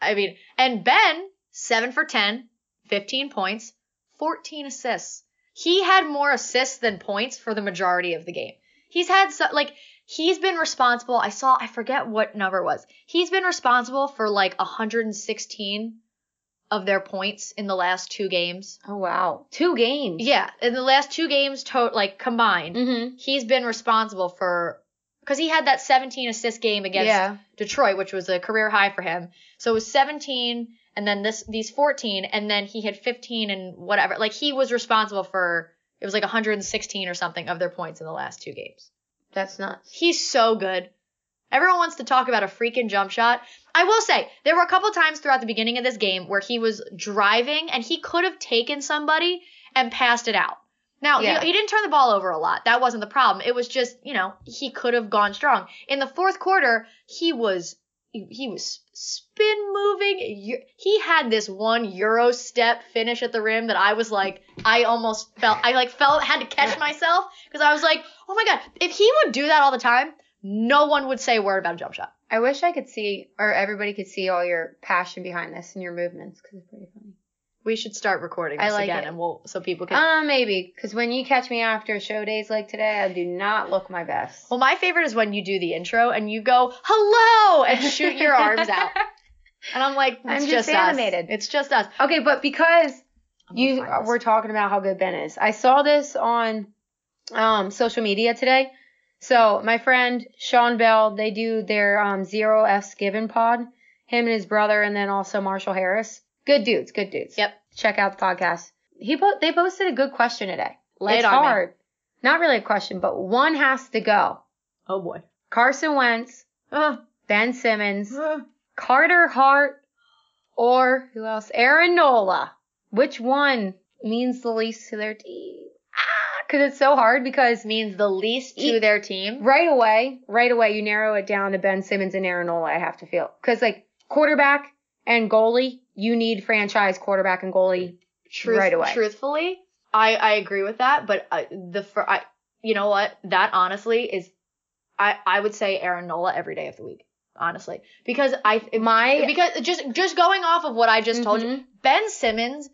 S4: I mean, and Ben, 7 for 10, 15 points, 14 assists. He had more assists than points for the majority of the game. He's had, so, like, he's been responsible. I saw, I forget what number it was. He's been responsible for, like, 116 of their points in the last two games.
S3: Oh wow. Two games.
S4: Yeah, in the last two games, to- like, combined,
S3: Mm-hmm.
S4: he's been responsible for, because he had that 17 assist game against
S3: Yeah.
S4: Detroit, which was a career high for him. So it was 17 and then this these 14 and then he had 15 and whatever. Like he was responsible for it was like 116 or something of their points in the last two games.
S3: That's nuts.
S4: He's so good. Everyone wants to talk about a freaking jump shot. I will say, there were a couple times throughout the beginning of this game where he was driving and he could have taken somebody and passed it out. Now,
S3: Yeah.
S4: he, he didn't turn the ball over a lot. That wasn't the problem. It was just, you know, he could have gone strong. In the fourth quarter, he was he- he was spin moving. Eu- He had this one euro step finish at the rim that I was like, I almost felt, I like felt had to catch myself because I was like, oh my god, if he would do that all the time, no one would say a word about a jump shot.
S3: I wish I could see, or everybody could see all your passion behind this and your movements, because it's pretty funny.
S4: We should start recording
S3: I
S4: this
S3: like
S4: again,
S3: it.
S4: and we'll so people can.
S3: Uh, maybe, because when you catch me after show days like today, I do not look my best.
S4: well, my favorite is when you do the intro and you go hello and shoot your arms out, and I'm like, it's
S3: I'm
S4: just,
S3: just
S4: us.
S3: animated.
S4: It's just us.
S3: Okay, but because
S4: I'm gonna
S3: You
S4: find this.
S3: were talking about how good Ben is. I saw this on um, social media today. So my friend Sean Bell, they do their um, Zero F's Given pod. Him and his brother, and then also Marshall Harris. Good dudes, good dudes.
S4: Yep.
S3: Check out the podcast. He po- they posted a good question today.
S4: Lay it
S3: it's
S4: on me.
S3: hard. Not really a question, but one has to go.
S4: Oh boy.
S3: Carson Wentz,
S4: Uh,
S3: Ben Simmons,
S4: uh.
S3: Carter Hart, or who else? Aaron Nola. Which one means the least to their team? Ah, because it's so hard because
S4: means the least to
S3: Eat-
S4: their team.
S3: right away, right away, you narrow it down to Ben Simmons and Aaron Nola, I have to feel. Because, like, quarterback and goalie, you need franchise quarterback and goalie.
S4: Truth,
S3: right away.
S4: Truthfully, I I agree with that, but uh, the for I you know what that honestly is, I I would say Aaron Nola every day of the week honestly because I
S3: My-
S4: because just just going off of what I just told you
S3: Mhm.
S4: Ben Simmons,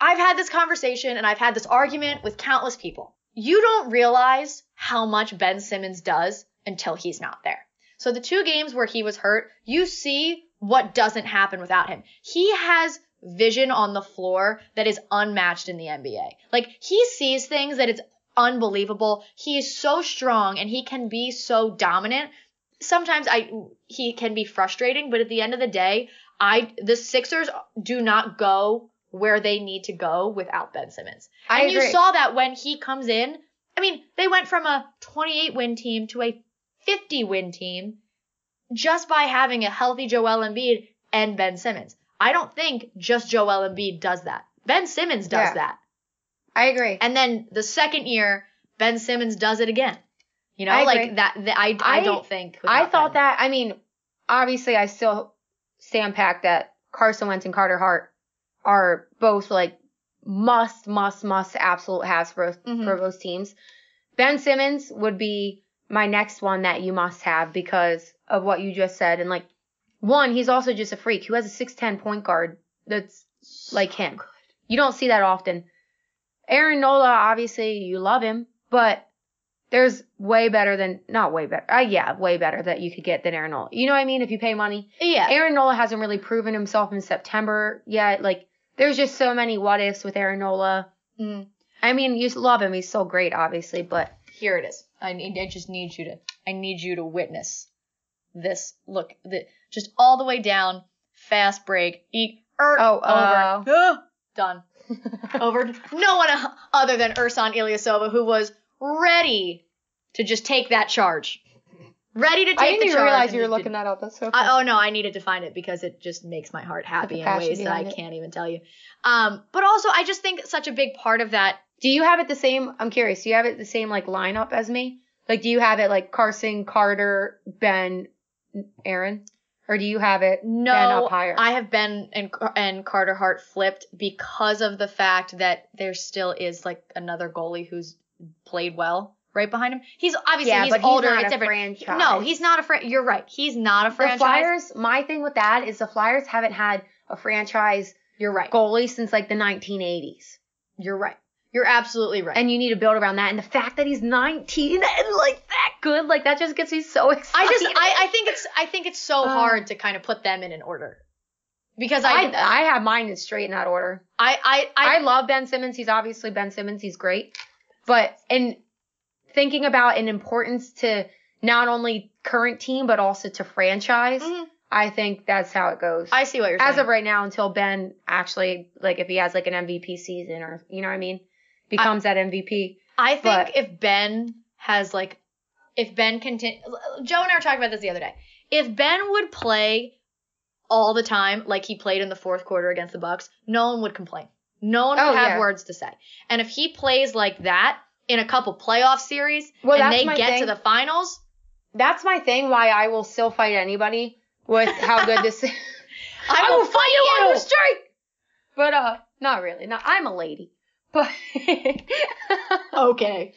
S4: I've had this conversation and I've had this argument with countless people. You don't realize how much Ben Simmons does until he's not there. So the two games where he was hurt, you see what doesn't happen without him. He has vision on the floor that is unmatched in the NBA. Like he sees things that it's unbelievable. He is so strong and he can be so dominant. Sometimes I he can be frustrating, but at the end of the day, I the Sixers do not go where they need to go without Ben Simmons.
S3: I
S4: and you
S3: agree.
S4: saw that when he comes in. I mean, they went from a 28 win team to a 50 win team just by having a healthy Joel Embiid and Ben Simmons. I don't think just Joel Embiid does that. Ben Simmons does
S3: Yeah.
S4: that.
S3: I agree.
S4: And then the second year, Ben Simmons does it again. You know,
S3: I agree.
S4: like that. The, I, I
S3: I-
S4: don't think.
S3: I
S4: without
S3: thought
S4: Ben.
S3: that. I mean, obviously, I still stand packed that Carson Wentz and Carter Hart are both like must, must, must, absolute has for,
S4: Mhm.
S3: for both teams. Ben Simmons would be my next one that you must have because of what you just said. And like, one, he's also just a freak who has a 6'10 point guard that's like him. You don't see that often. Aaron Nola, obviously, you love him, but there's way better than, not way better, uh, yeah, way better that you could get than Aaron Nola. You know what I mean? If you pay money.
S4: Yeah.
S3: Aaron Nola hasn't really proven himself in September yet. Like, there's just so many what ifs with Aaron Nola.
S4: Mm.
S3: I mean, you love him. He's so great, obviously, but
S4: here it is. I need. I just need you to. I need you to witness this. Look, the, just all the way down. Fast break. Eat. Er,
S3: Oh,
S4: over.
S3: uh.
S4: Ah, done. over. No one other than Ursan Ilyasova, who was ready to just take that charge. Ready to take the charge. and just didn't.
S3: that up. That's so
S4: I, oh no, I needed to find it because it just makes my heart happy in
S3: passion
S4: ways that I
S3: behind it.
S4: can't even tell you. Um, but also I just think such a big part of that
S3: Do you have it the same? I'm curious. Do you have it the same like lineup as me? Like, do you have it like Carson, Carter, Ben, Aaron, or do you have it
S4: No,
S3: Ben up higher?
S4: I have been and and Carter Hart flipped because of the fact that there still is like another goalie who's played well right behind him. He's obviously
S3: Yeah,
S4: he's
S3: but he's
S4: older.
S3: not
S4: it's
S3: a
S4: different.
S3: franchise.
S4: No, he's not a fran. You're right. He's not a
S3: the
S4: franchise.
S3: Flyers. My thing with that is the Flyers haven't had a franchise
S4: You're right.
S3: goalie since like the 1980s,
S4: You're right. You're absolutely right.
S3: and you need to build around that. And the fact that he's 19 and like that good, like that just gets me so
S4: I
S3: excited.
S4: just I, I think it's I think it's so
S3: Uh.
S4: hard to kind of put them in an order because I
S3: I, I have mine in straight in that order.
S4: I I, I,
S3: I love Ben Simmons. He's obviously Ben Simmons. He's great. But in thinking about an importance to not only current team but also to franchise,
S4: Mhm.
S3: I think that's how it goes.
S4: I see what you're saying.
S3: As of right now, until Ben actually like if he has like an MVP season or you know what I mean, becomes that MVP.
S4: I think
S3: But-
S4: if Ben has like, if Ben continue, Joe and I were talking about this the other day. If Ben would play all the time like he played in the fourth quarter against the Bucks, no one would complain. No one would
S3: Oh,
S4: have
S3: yeah.
S4: words to say. And if he plays like that in a couple playoff series
S3: Well,
S4: and
S3: that's
S4: they
S3: my
S4: get to
S3: thing.
S4: the finals,
S3: That's my thing. Why I will still fight anybody with how good this. is.
S4: I, will, fight you.
S3: on a strike. But uh, not really. Not I'm a lady. But
S4: Okay.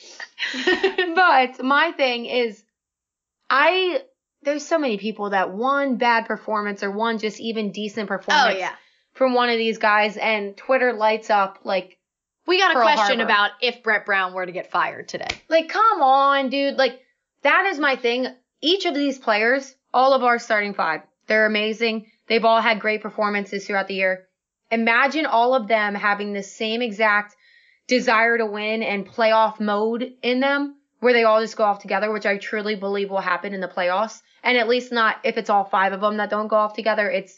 S3: but my thing is I there's so many people that one bad performance or one just even decent
S4: Oh
S3: performance
S4: yeah.
S3: from one of these guys and Twitter lights up like
S4: We got a
S3: Pearl
S4: question
S3: Harbor.
S4: about if Brett Brown were to get fired today.
S3: like come on dude like that is my thing each of these players all of our starting five they're amazing they've all had great performances throughout the year Imagine all of them having the same exact desire to win and playoff mode in them where they all just go off together, which I truly believe will happen in the playoffs. And at least not if it's all five of them that don't go off together. It's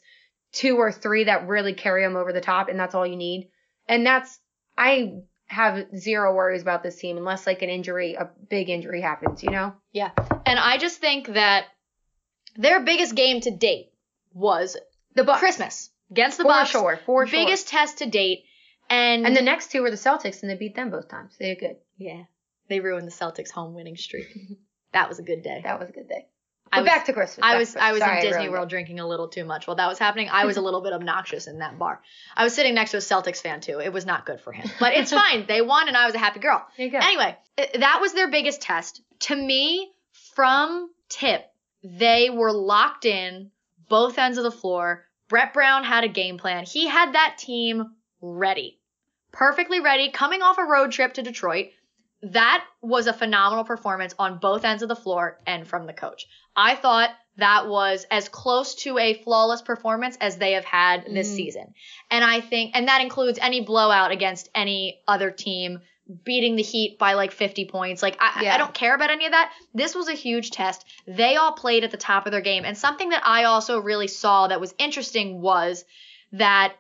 S3: two or three that really carry them over the top and that's all you need. And that's, I have zero worries about this team unless like an injury, a big injury happens, you know?
S4: Yeah. And I just think that their biggest game to date was
S3: The Bucks.
S4: Christmas against the
S3: for
S4: Bucks.
S3: sure, for sure.
S4: biggest test to date. And,
S3: And the next two were the Celtics and they beat them both times. They did good.
S4: yeah, they ruined the Celtics home winning streak. that was a good day.
S3: That was a good day.
S4: I
S3: But
S4: was-
S3: back to Christmas. back
S4: I
S3: to
S4: was
S3: Christmas.
S4: I was
S3: Sorry,
S4: in Disney
S3: ruined
S4: World drinking a little too much while that was happening. I was a little bit obnoxious in that bar. I was sitting next to a Celtics fan too. It was not good for him, but it's fine. They won, and I was a happy girl.
S3: it. There you go.
S4: Anyway, th- that was their biggest test. To me, from tip, they were locked in both ends of the floor. Brett Brown had a game plan. He had that team ready, perfectly ready, coming off a road trip to Detroit. That was a phenomenal performance on both ends of the floor and from the coach. I thought that was as close to a flawless performance as they have had this
S3: Mhm.
S4: season. And I think, and that includes any blowout against any other team, beating the Heat by like 50 points. Like, I, I- I
S3: Yeah.
S4: don't care about any of that. This was a huge test. They all played at the top of their game. And something that I also really saw that was interesting was that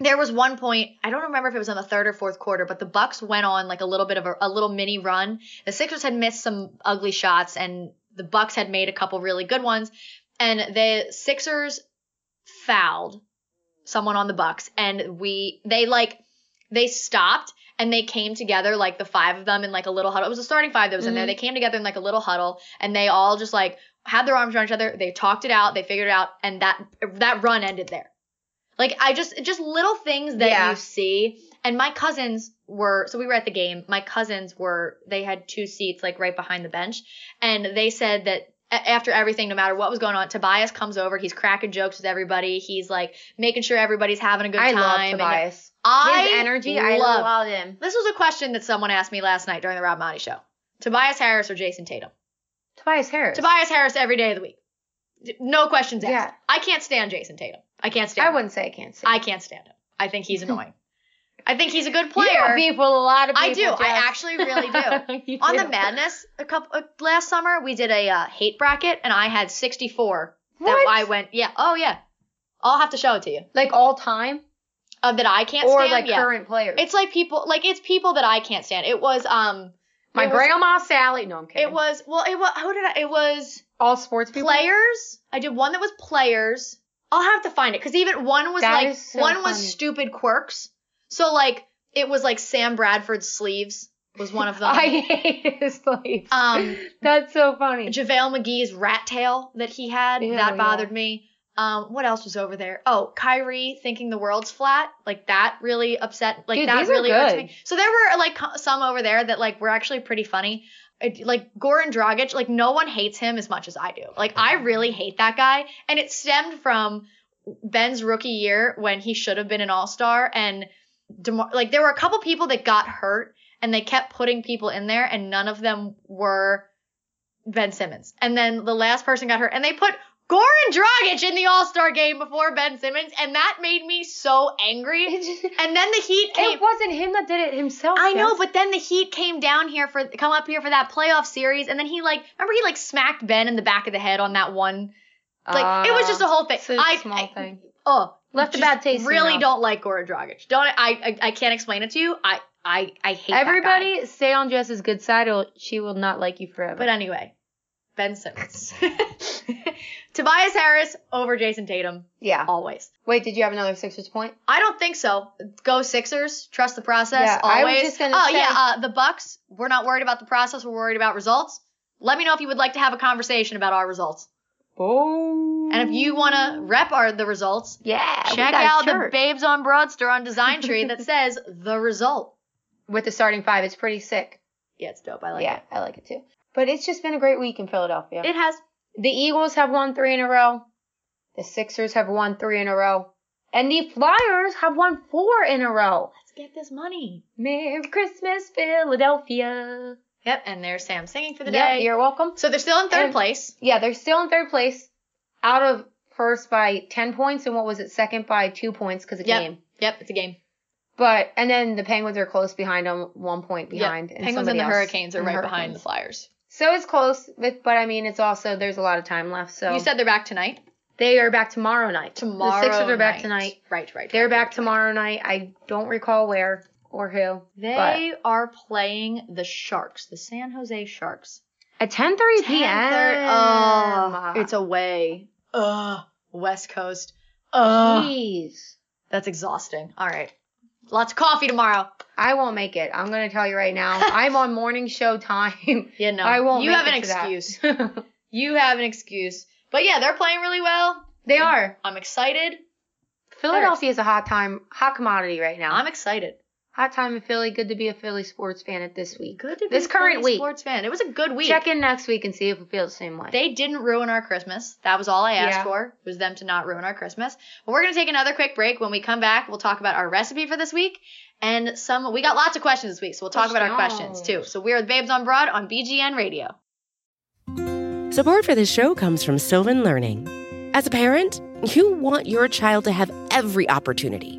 S4: there was one point i don't remember if it was on the third or fourth quarter but the bucks went on like a little bit of a, a little mini run the sixers had missed some ugly shots and the bucks had made a couple really good ones and the sixers fouled someone on the bucks and we they like they stopped and they came together like the five of them in like a little huddle it was a starting five that was in there
S3: Mhm.
S4: they came together in like a little huddle and they all just like had their arms around each other they talked it out they figured it out and that that run ended there like I just just little things that
S3: Yeah.
S4: you see. And my cousins were so we were at the game. My cousins were they had two seats like right behind the bench, and they said that a- after everything, no matter what was going on, Tobias comes over. He's cracking jokes with everybody. He's like making sure everybody's having a good
S3: I
S4: time.
S3: love
S4: and
S3: Tobias.
S4: I
S3: His energy, I
S4: love-
S3: love him.
S4: This was a question that someone asked me last night during the Rob Motti show. Tobias Harris or Jason Tatum?
S3: Tobias Harris.
S4: Tobias Harris every day of the week. D- No questions asked.
S3: Yeah.
S4: I can't stand Jason Tatum. I can't stand.
S3: I
S4: him.
S3: wouldn't say I can't say.
S4: I can't stand him. I think he's annoying. I think he's a good
S3: You
S4: player.
S3: don't beef with a lot of people.
S4: I do. I actually really do.
S3: do.
S4: On the madness, a couple uh, last summer we did a uh, hate bracket, and I had 64. That
S3: What?
S4: I went, yeah, oh yeah. I'll have to show it to you.
S3: like all time
S4: Of that I can't
S3: or
S4: stand.
S3: like
S4: yeah.
S3: current players.
S4: It's like people, like it's people that I can't stand. It was um,
S3: my
S4: it was-
S3: grandma Sally. No, I'm kidding.
S4: It was well, it was who did I? It was
S3: all sports people.
S4: players. I did one that was players. I'll have to find it because even one was
S3: That
S4: like
S3: is so
S4: one
S3: funny.
S4: was stupid quirks. So like it was like Sam Bradford's sleeves was one of them.
S3: I hate his life.
S4: Um,
S3: That's so funny.
S4: JaVale McGee's rat tail that he had
S3: Ew, yeah.
S4: that bothered me. Um, what else was over there? Oh, Kyrie thinking the world's flat, like that really upset, like
S3: Dude,
S4: that
S3: these are
S4: really irks
S3: good.
S4: me. So there were like co- some over there that like were actually pretty funny. I- Like Goran Dragic, like no one hates him as much as I do. Like I really hate that guy, and it stemmed from Ben's rookie year when he should have been an All Star, and Demar- like there were a couple people that got hurt, and they kept putting people in there, and none of them were Ben Simmons. And then the last person got hurt, and they put Goran Dragic in the All Star game before Ben Simmons, and that made me so angry.
S3: it
S4: And then the Heat came.
S3: wasn't him that did it himself.
S4: I know,
S3: Jess.
S4: but then the Heat came down here for come up here for that playoff series, and then he like remember he like smacked Ben in the back of the head on that one. Like it was
S3: Ah,
S4: just a whole thing.
S3: it's a
S4: I,
S3: small
S4: I-
S3: thing.
S4: oh,
S3: Left a
S4: just
S3: bad taste. in
S4: Really
S3: your mouth.
S4: don't like Goran Dragic. Don't I, I? I can't explain it to you. I I I hate that guy.
S3: Everybody stay on Jess's good side, or she will not like you forever.
S4: But anyway, Ben Simmons. Tobias Harris over Jason Tatum,
S3: yeah.
S4: always.
S3: Wait, did you have another Sixers point?
S4: I don't think so. Go Sixers. Trust the process.
S3: Yeah, I
S4: always.
S3: was just gonna
S4: oh
S3: say-
S4: yeah, uh, the Bucks. We're not worried about the process. We're worried about results. Let me know if you would like to have a conversation about our results,
S3: Oh.
S4: and if you want to rep our the results,
S3: yeah, we
S4: check
S3: got a
S4: out the
S3: shirt.
S4: Babes on Broadster on Design Tree that says the result.
S3: with the starting five. It's pretty sick.
S4: Yeah, it's dope. I like
S3: yeah,
S4: it.
S3: I like it too. But it's just been a great week in Philadelphia.
S4: It has.
S3: the Eagles have won three in a row. The Sixers have won three in a row. And the Flyers have won four in a row.
S4: Let's get this money.
S3: Merry Christmas, Philadelphia.
S4: Yep, and there's Sam singing for the
S3: Yeah,
S4: day.
S3: you're welcome.
S4: so they're still in third
S3: And-
S4: place.
S3: Yeah, they're still in third place out of first by 10 points. And what was it? Second by two points because of
S4: Yep.
S3: game.
S4: Yep, it's a game.
S3: But and then the Penguins are close behind them, one point behind.
S4: Yep. Penguins and
S3: somebody
S4: the
S3: else-
S4: Hurricanes are
S3: and the
S4: right behind the
S3: Hurricanes.
S4: Flyers.
S3: So it's close, but, but I mean, it's also there's a lot of time left. So
S4: You said they're back tonight.
S3: they are back tomorrow night.
S4: Tomorrow.
S3: the Sixers are back
S4: night.
S3: tonight.
S4: Right, right.
S3: They're
S4: right,
S3: back
S4: right,
S3: tomorrow night. I don't recall where or who.
S4: right. They are playing the Sharks, the San Jose Sharks.
S3: At 10:30
S4: 10:30
S3: p.m.
S4: Oh, it's away. Ugh, West Coast. Ugh,
S3: Jeez.
S4: that's exhausting. All right, lots of coffee tomorrow.
S3: I won't make it. I'm gonna tell you right now. I'm on morning show time.
S4: You know,
S3: I won't
S4: You
S3: make
S4: have
S3: it
S4: an
S3: to that.
S4: excuse. you have an excuse. But yeah, they're playing really well.
S3: they are.
S4: I'm excited.
S3: Philadelphia is a hot time, hot commodity right now.
S4: I'm excited.
S3: hot time in Philly. Good to be a Philly sports fan at this week.
S4: Good to be
S3: This
S4: a
S3: current
S4: Philly
S3: week.
S4: sports fan. It was a good week.
S3: Check in next week and see if we feel the same way.
S4: They didn't ruin our Christmas. That was all I asked
S3: Yeah.
S4: for was them to not ruin our Christmas. But we're gonna take another quick break. When we come back, we'll talk about our recipe for this week and some. We got lots of questions this week, so we'll talk about our questions too. So we're the Babes on Broad on BGN Radio.
S5: Support for this show comes from Sylvan Learning. As a parent, you want your child to have every opportunity,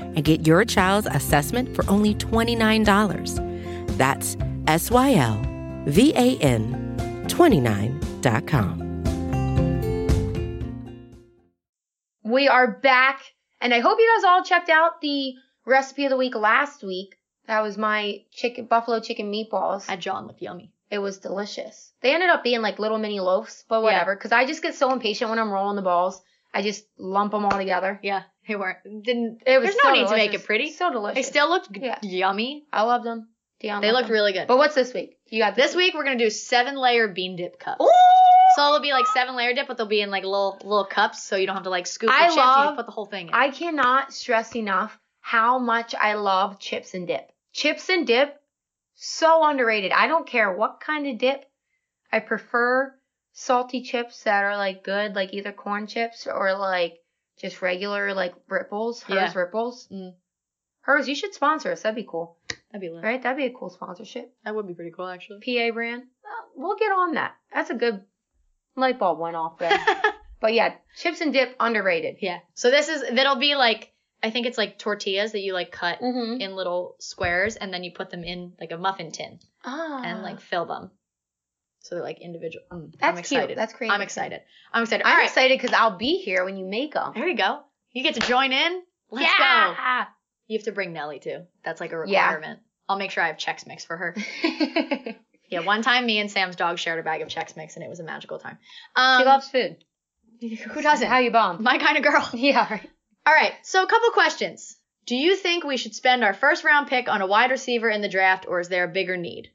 S5: and get your child's assessment for only $29. That's S Y L V A N 29.com.
S3: we are back, and I hope you guys all checked out the recipe of the week last week. That was my chicken buffalo chicken meatballs.
S4: That John looked yummy.
S3: It was delicious. They ended up being like little mini loaves, but
S4: Yeah.
S3: whatever. Because I just get so impatient when I'm rolling the balls. I just lump them all together.
S4: Yeah, they weren't. Didn't.
S3: It was
S4: There's no
S3: so
S4: need to make
S3: delicious.
S4: it pretty.
S3: So delicious.
S4: They still looked g-
S3: Yeah.
S4: yummy.
S3: I love them. Dion
S4: They
S3: loved
S4: looked
S3: them.
S4: really good.
S3: But what's this week? You got
S4: This week we're gonna do seven layer bean dip cups.
S3: Ooh!
S4: So it'll be like seven layer dip, but they'll be in like little little cups, so you don't have to like scoop the
S3: I
S4: chips. you
S3: love-
S4: just put the whole thing in.
S3: I cannot stress enough how much I love chips and dip. Chips and dip, so underrated. I don't care what kind of dip. I prefer salty chips that are like good, like either corn chips or like just regular like ripples. Hers
S4: Yeah.
S3: ripples.
S4: Mm.
S3: Hers, you should sponsor us. That'd be cool,
S4: That'd be lit.
S3: right? That'd be a cool sponsorship.
S4: That would be pretty cool, actually.
S3: PA brand. Uh, We'll get on that. That's a good light bulb went off there. but yeah, chips and dip underrated.
S4: yeah. So this is that'll be like I think it's like tortillas that you like cut
S3: Mm-hmm.
S4: in little squares and then you put them in like a muffin tin
S3: Ah.
S4: and like fill them. So they're like individual. Mm, I'm
S3: That's cute.
S4: excited.
S3: That's
S4: I'm
S3: creative.
S4: excited. I'm excited. All
S3: I'm
S4: right.
S3: excited because I'll be here when you make them.
S4: There you go. You get to join in. Let's go.
S3: yeah.
S4: You have to bring Nellie too. That's like a
S3: Yeah.
S4: requirement. I'll make sure I have Chex Mix for her. yeah, one time me and Sam's dog shared a bag of Chex Mix and it was a magical time. Um,
S3: she loves food.
S4: who doesn't?
S3: How you bomb?
S4: My kind of girl.
S3: Yeah. right.
S4: All right, so a couple questions. Do you think we should spend our first round pick on a wide receiver in the draft, or is there a bigger need?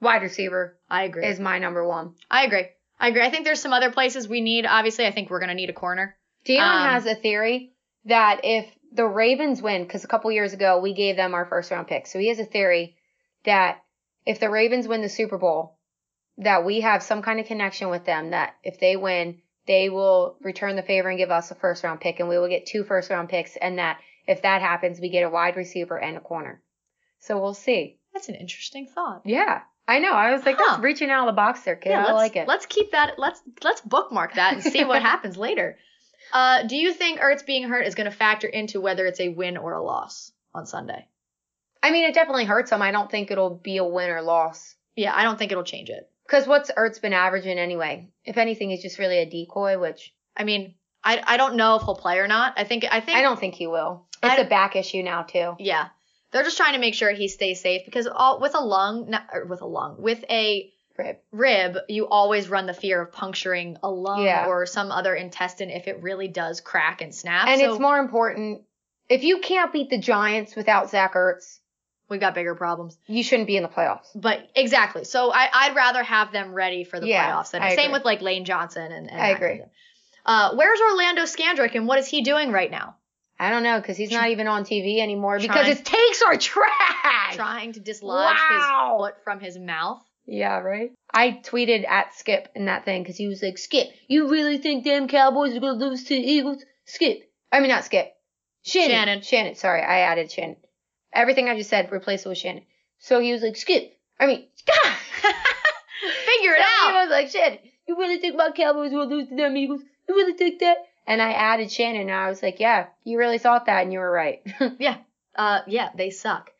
S3: Wide receiver
S4: I agree.
S3: is my number one.
S4: I agree. I agree. I think there's some other places we need. Obviously, I think we're gonna need a corner.
S3: Dion
S4: Um,
S3: has a theory that if the Ravens win, because a couple years ago we gave them our first round pick, so he has a theory that if the Ravens win the Super Bowl, that we have some kind of connection with them. That if they win, they will return the favor and give us a first round pick, and we will get two first round picks. And that if that happens, we get a wide receiver and a corner. So we'll see.
S4: That's an interesting thought.
S3: Yeah, I know. I was like,
S4: Huh.
S3: that's reaching out of the box there, kid. I
S4: let's,
S3: like it.
S4: Let's keep that. Let's let's bookmark that and see what happens later. Uh, do you think Ertz being hurt is gonna factor into whether it's a win or a loss on Sunday?
S3: I mean, it definitely hurts them. I don't think it'll be a win or loss.
S4: Yeah, I don't think it'll change it.
S3: Because what's Ertz been averaging anyway? If anything, he's just really a decoy, which
S4: I mean, I I don't know if he'll play or not. I think I think
S3: I don't think he will.
S4: I-
S3: It's a back issue now too.
S4: Yeah. They're just trying to make sure he stays safe because all with a er, lung, not, or with a lung, with a
S3: Rib.
S4: rib, you always run the fear of puncturing a lung
S3: Yeah.
S4: or some other intestine if it really does crack and snap.
S3: And
S4: so
S3: it's more important. If you can't beat the Giants without Zach Ertz,
S4: we got bigger problems.
S3: you shouldn't be in the playoffs.
S4: But exactly. So I, I'd rather have them ready for the
S3: Yeah,
S4: playoffs. And
S3: I
S4: same
S3: agree.
S4: with like Lane Johnson and, and
S3: I
S4: that kind of
S3: agree.
S4: thing. Uh, where's Orlando Scandrick and what is he doing right now?
S3: I don't know because he's not even on TV anymore because
S4: Trying-
S3: his takes are trash.
S4: Trying to dislodge
S3: Wow.
S4: his foot from his mouth.
S3: Yeah, right. I tweeted at Skip in that thing because he was like, "Skip, you really think damn Cowboys are gonna lose to the Eagles?" Skip. I mean, not Skip. Shannon.
S4: Shannon.
S3: Shannon. Sorry, I added Shannon. Everything I just said replace it with Shannon. So he was like, "Skip." I mean, God.
S4: Figure it
S3: So He
S4: out.
S3: was like, Shannon, you really think my Cowboys will lose to them Eagles? You really think that? And I added Shannon, and I was like, yeah, you really thought that, and you were right.
S4: Uh, yeah, they suck.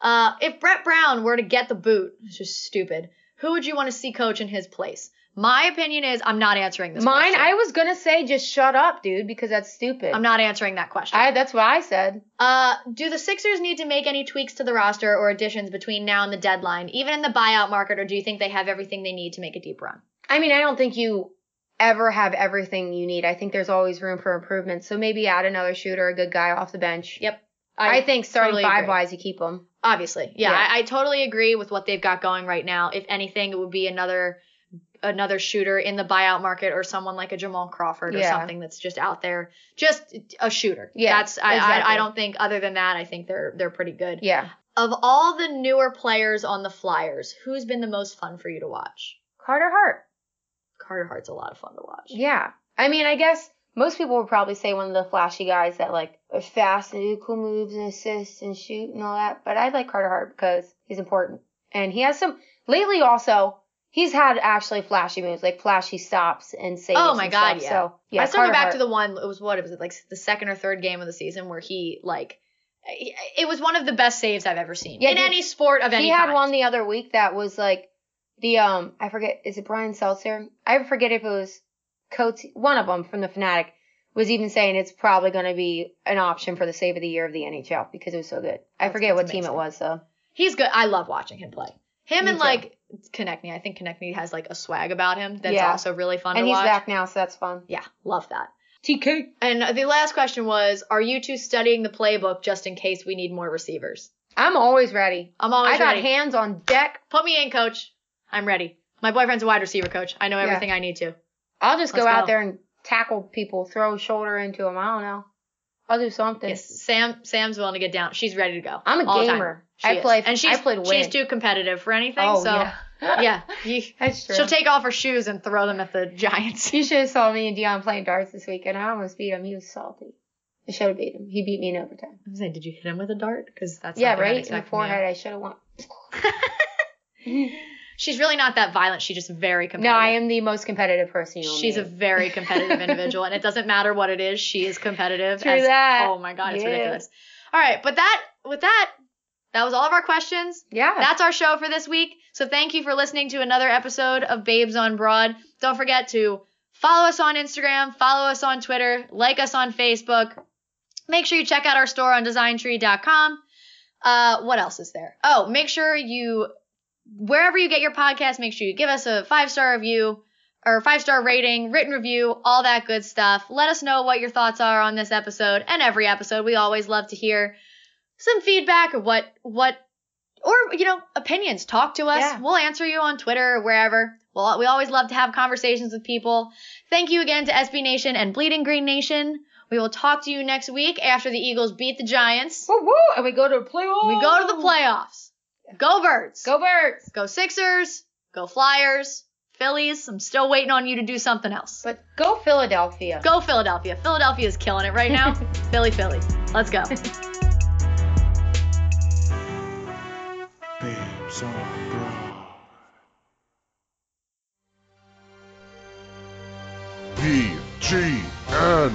S4: Uh, if Brett Brown were to get the boot, which is stupid, who would you want to see coach in his place? My opinion is I'm not answering this.
S3: Mine, I
S4: question.
S3: was gonna say just shut up, dude, because that's stupid.
S4: I'm not answering that question.
S3: I, that's what I said.
S4: Uh, do the Sixers need to make any tweaks to the roster or additions between now and the deadline, even in the buyout market, or do you think they have everything they need to make a deep run?
S3: I mean, I don't think you ever have everything you need. I think there's always room for improvement. So maybe add another shooter, a good guy off the bench.
S4: Yep.
S3: I, think starting
S4: totally
S3: five
S4: agree.
S3: wise, you keep him.
S4: Obviously, yeah,
S3: Yeah.
S4: I, I totally agree with what they've got going right now. If anything, it would be another another shooter in the buyout market or someone like a Jamal Crawford or
S3: Yeah.
S4: something that's just out there, just a shooter.
S3: Yeah,
S4: that's I, I
S3: exactly.
S4: I don't think other than that, I think they're they're pretty good.
S3: Yeah.
S4: Of all the newer players on the Flyers, who's been the most fun for you to watch?
S3: Carter Hart.
S4: Carter Hart's a lot of fun to watch.
S3: Yeah. I mean, I guess most people would probably say one of the flashy guys that like are fast and do cool moves and assists and shoot and all that. But I like Carter Hart because he's important. And he has some lately also, he's had actually flashy moves, like flashy stops and saves.
S4: Oh my
S3: and
S4: God,
S3: stuff.
S4: yeah.
S3: So yeah,
S4: I still go
S3: Carter
S4: back
S3: Hart.
S4: to the one. It was what it was like the second or third game of the season where he like. It was one of the best saves I've ever seen
S3: Yeah,
S4: in
S3: he-
S4: any sport of any.
S3: He had
S4: kind.
S3: one the other week that was like the um I forget is it Brian Seltzer? I forget if it was Coates one of them from the Fanatic was even saying it's probably going to be an option for the save of the year of the NHL because it was so good. I
S4: That's-
S3: forget what
S4: that's
S3: team it
S4: amazing.
S3: was though.
S4: He's good. I love watching him play. Him
S3: Me
S4: and
S3: too.
S4: like Konechny. I think Konechny has like a swag about him that's
S3: Yeah.
S4: also really fun
S3: and
S4: to
S3: he's
S4: watch.
S3: back now, so that's fun.
S4: Yeah, love that.
S3: TK.
S4: And the last question was: Are you two studying the playbook just in case we need more receivers?
S3: I'm always ready.
S4: I'm always
S3: I got
S4: ready.
S3: hands on deck.
S4: Put me in, coach. I'm ready. My boyfriend's a wide receiver coach. I know
S3: Yeah.
S4: everything I need to.
S3: I'll just go
S4: Let's
S3: out
S4: go.
S3: there and tackle people, throw a shoulder into them. I don't know. I'll do something.
S4: Yes, Sam. Sam's willing to get down. She's ready to go.
S3: I'm a
S4: all the time.
S3: gamer.
S4: She
S3: I
S4: is.
S3: play.
S4: and she's
S3: I played win.
S4: she's too competitive for anything.
S3: Oh,
S4: so yeah, you-
S3: That's true.
S4: she'll take off her shoes and throw them at the Giants.
S3: You should have saw me and Dion playing darts this weekend. I almost beat him. He was salty. I should have beat him. He beat me in overtime.
S4: I was like, did you hit him with a dart? Because that's
S3: yeah,
S4: something I'd
S3: right? In the
S4: expect from you.
S3: forehead, I should have won.
S4: She's really not that violent. She's just very
S3: No,
S4: competitive.
S3: I am the most competitive person you'll
S4: She's a
S3: meet.
S4: very competitive individual, and it doesn't matter what it is. She is competitive.
S3: True
S4: as-
S3: that.
S4: Oh my god, it's
S3: Yeah.
S4: ridiculous. All right, but that with that, that was all of our questions.
S3: Yeah.
S4: That's our show for this week. So thank you for listening to another episode of Babes on Broad. Don't forget to follow us on Instagram, follow us on Twitter, like us on Facebook. Make sure you check out our store on designtree.com. Uh, what else is there? Oh, make sure you, wherever you get your podcast, make sure you give us a five star review or five star rating, written review, all that good stuff. Let us know what your thoughts are on this episode and every episode. We always love to hear some feedback or what, what, or, you know, opinions. Talk to us.
S3: Yeah.
S4: We'll answer you on Twitter or wherever. Well, we always love to have conversations with people. Thank you again to SB Nation and Bleeding Green Nation. We will talk to you next week after the Eagles beat the Giants.
S3: Woo woo! And we go to the playoffs.
S4: We go to the playoffs. Go birds.
S3: Go birds.
S4: Go Sixers. Go Flyers. Phillies. I'm still waiting on you to do something else.
S3: But go Philadelphia.
S4: Go Philadelphia. Philadelphia is killing it right now. Philly, Philly. Let's go.
S2: Babes on broad. B-G-N.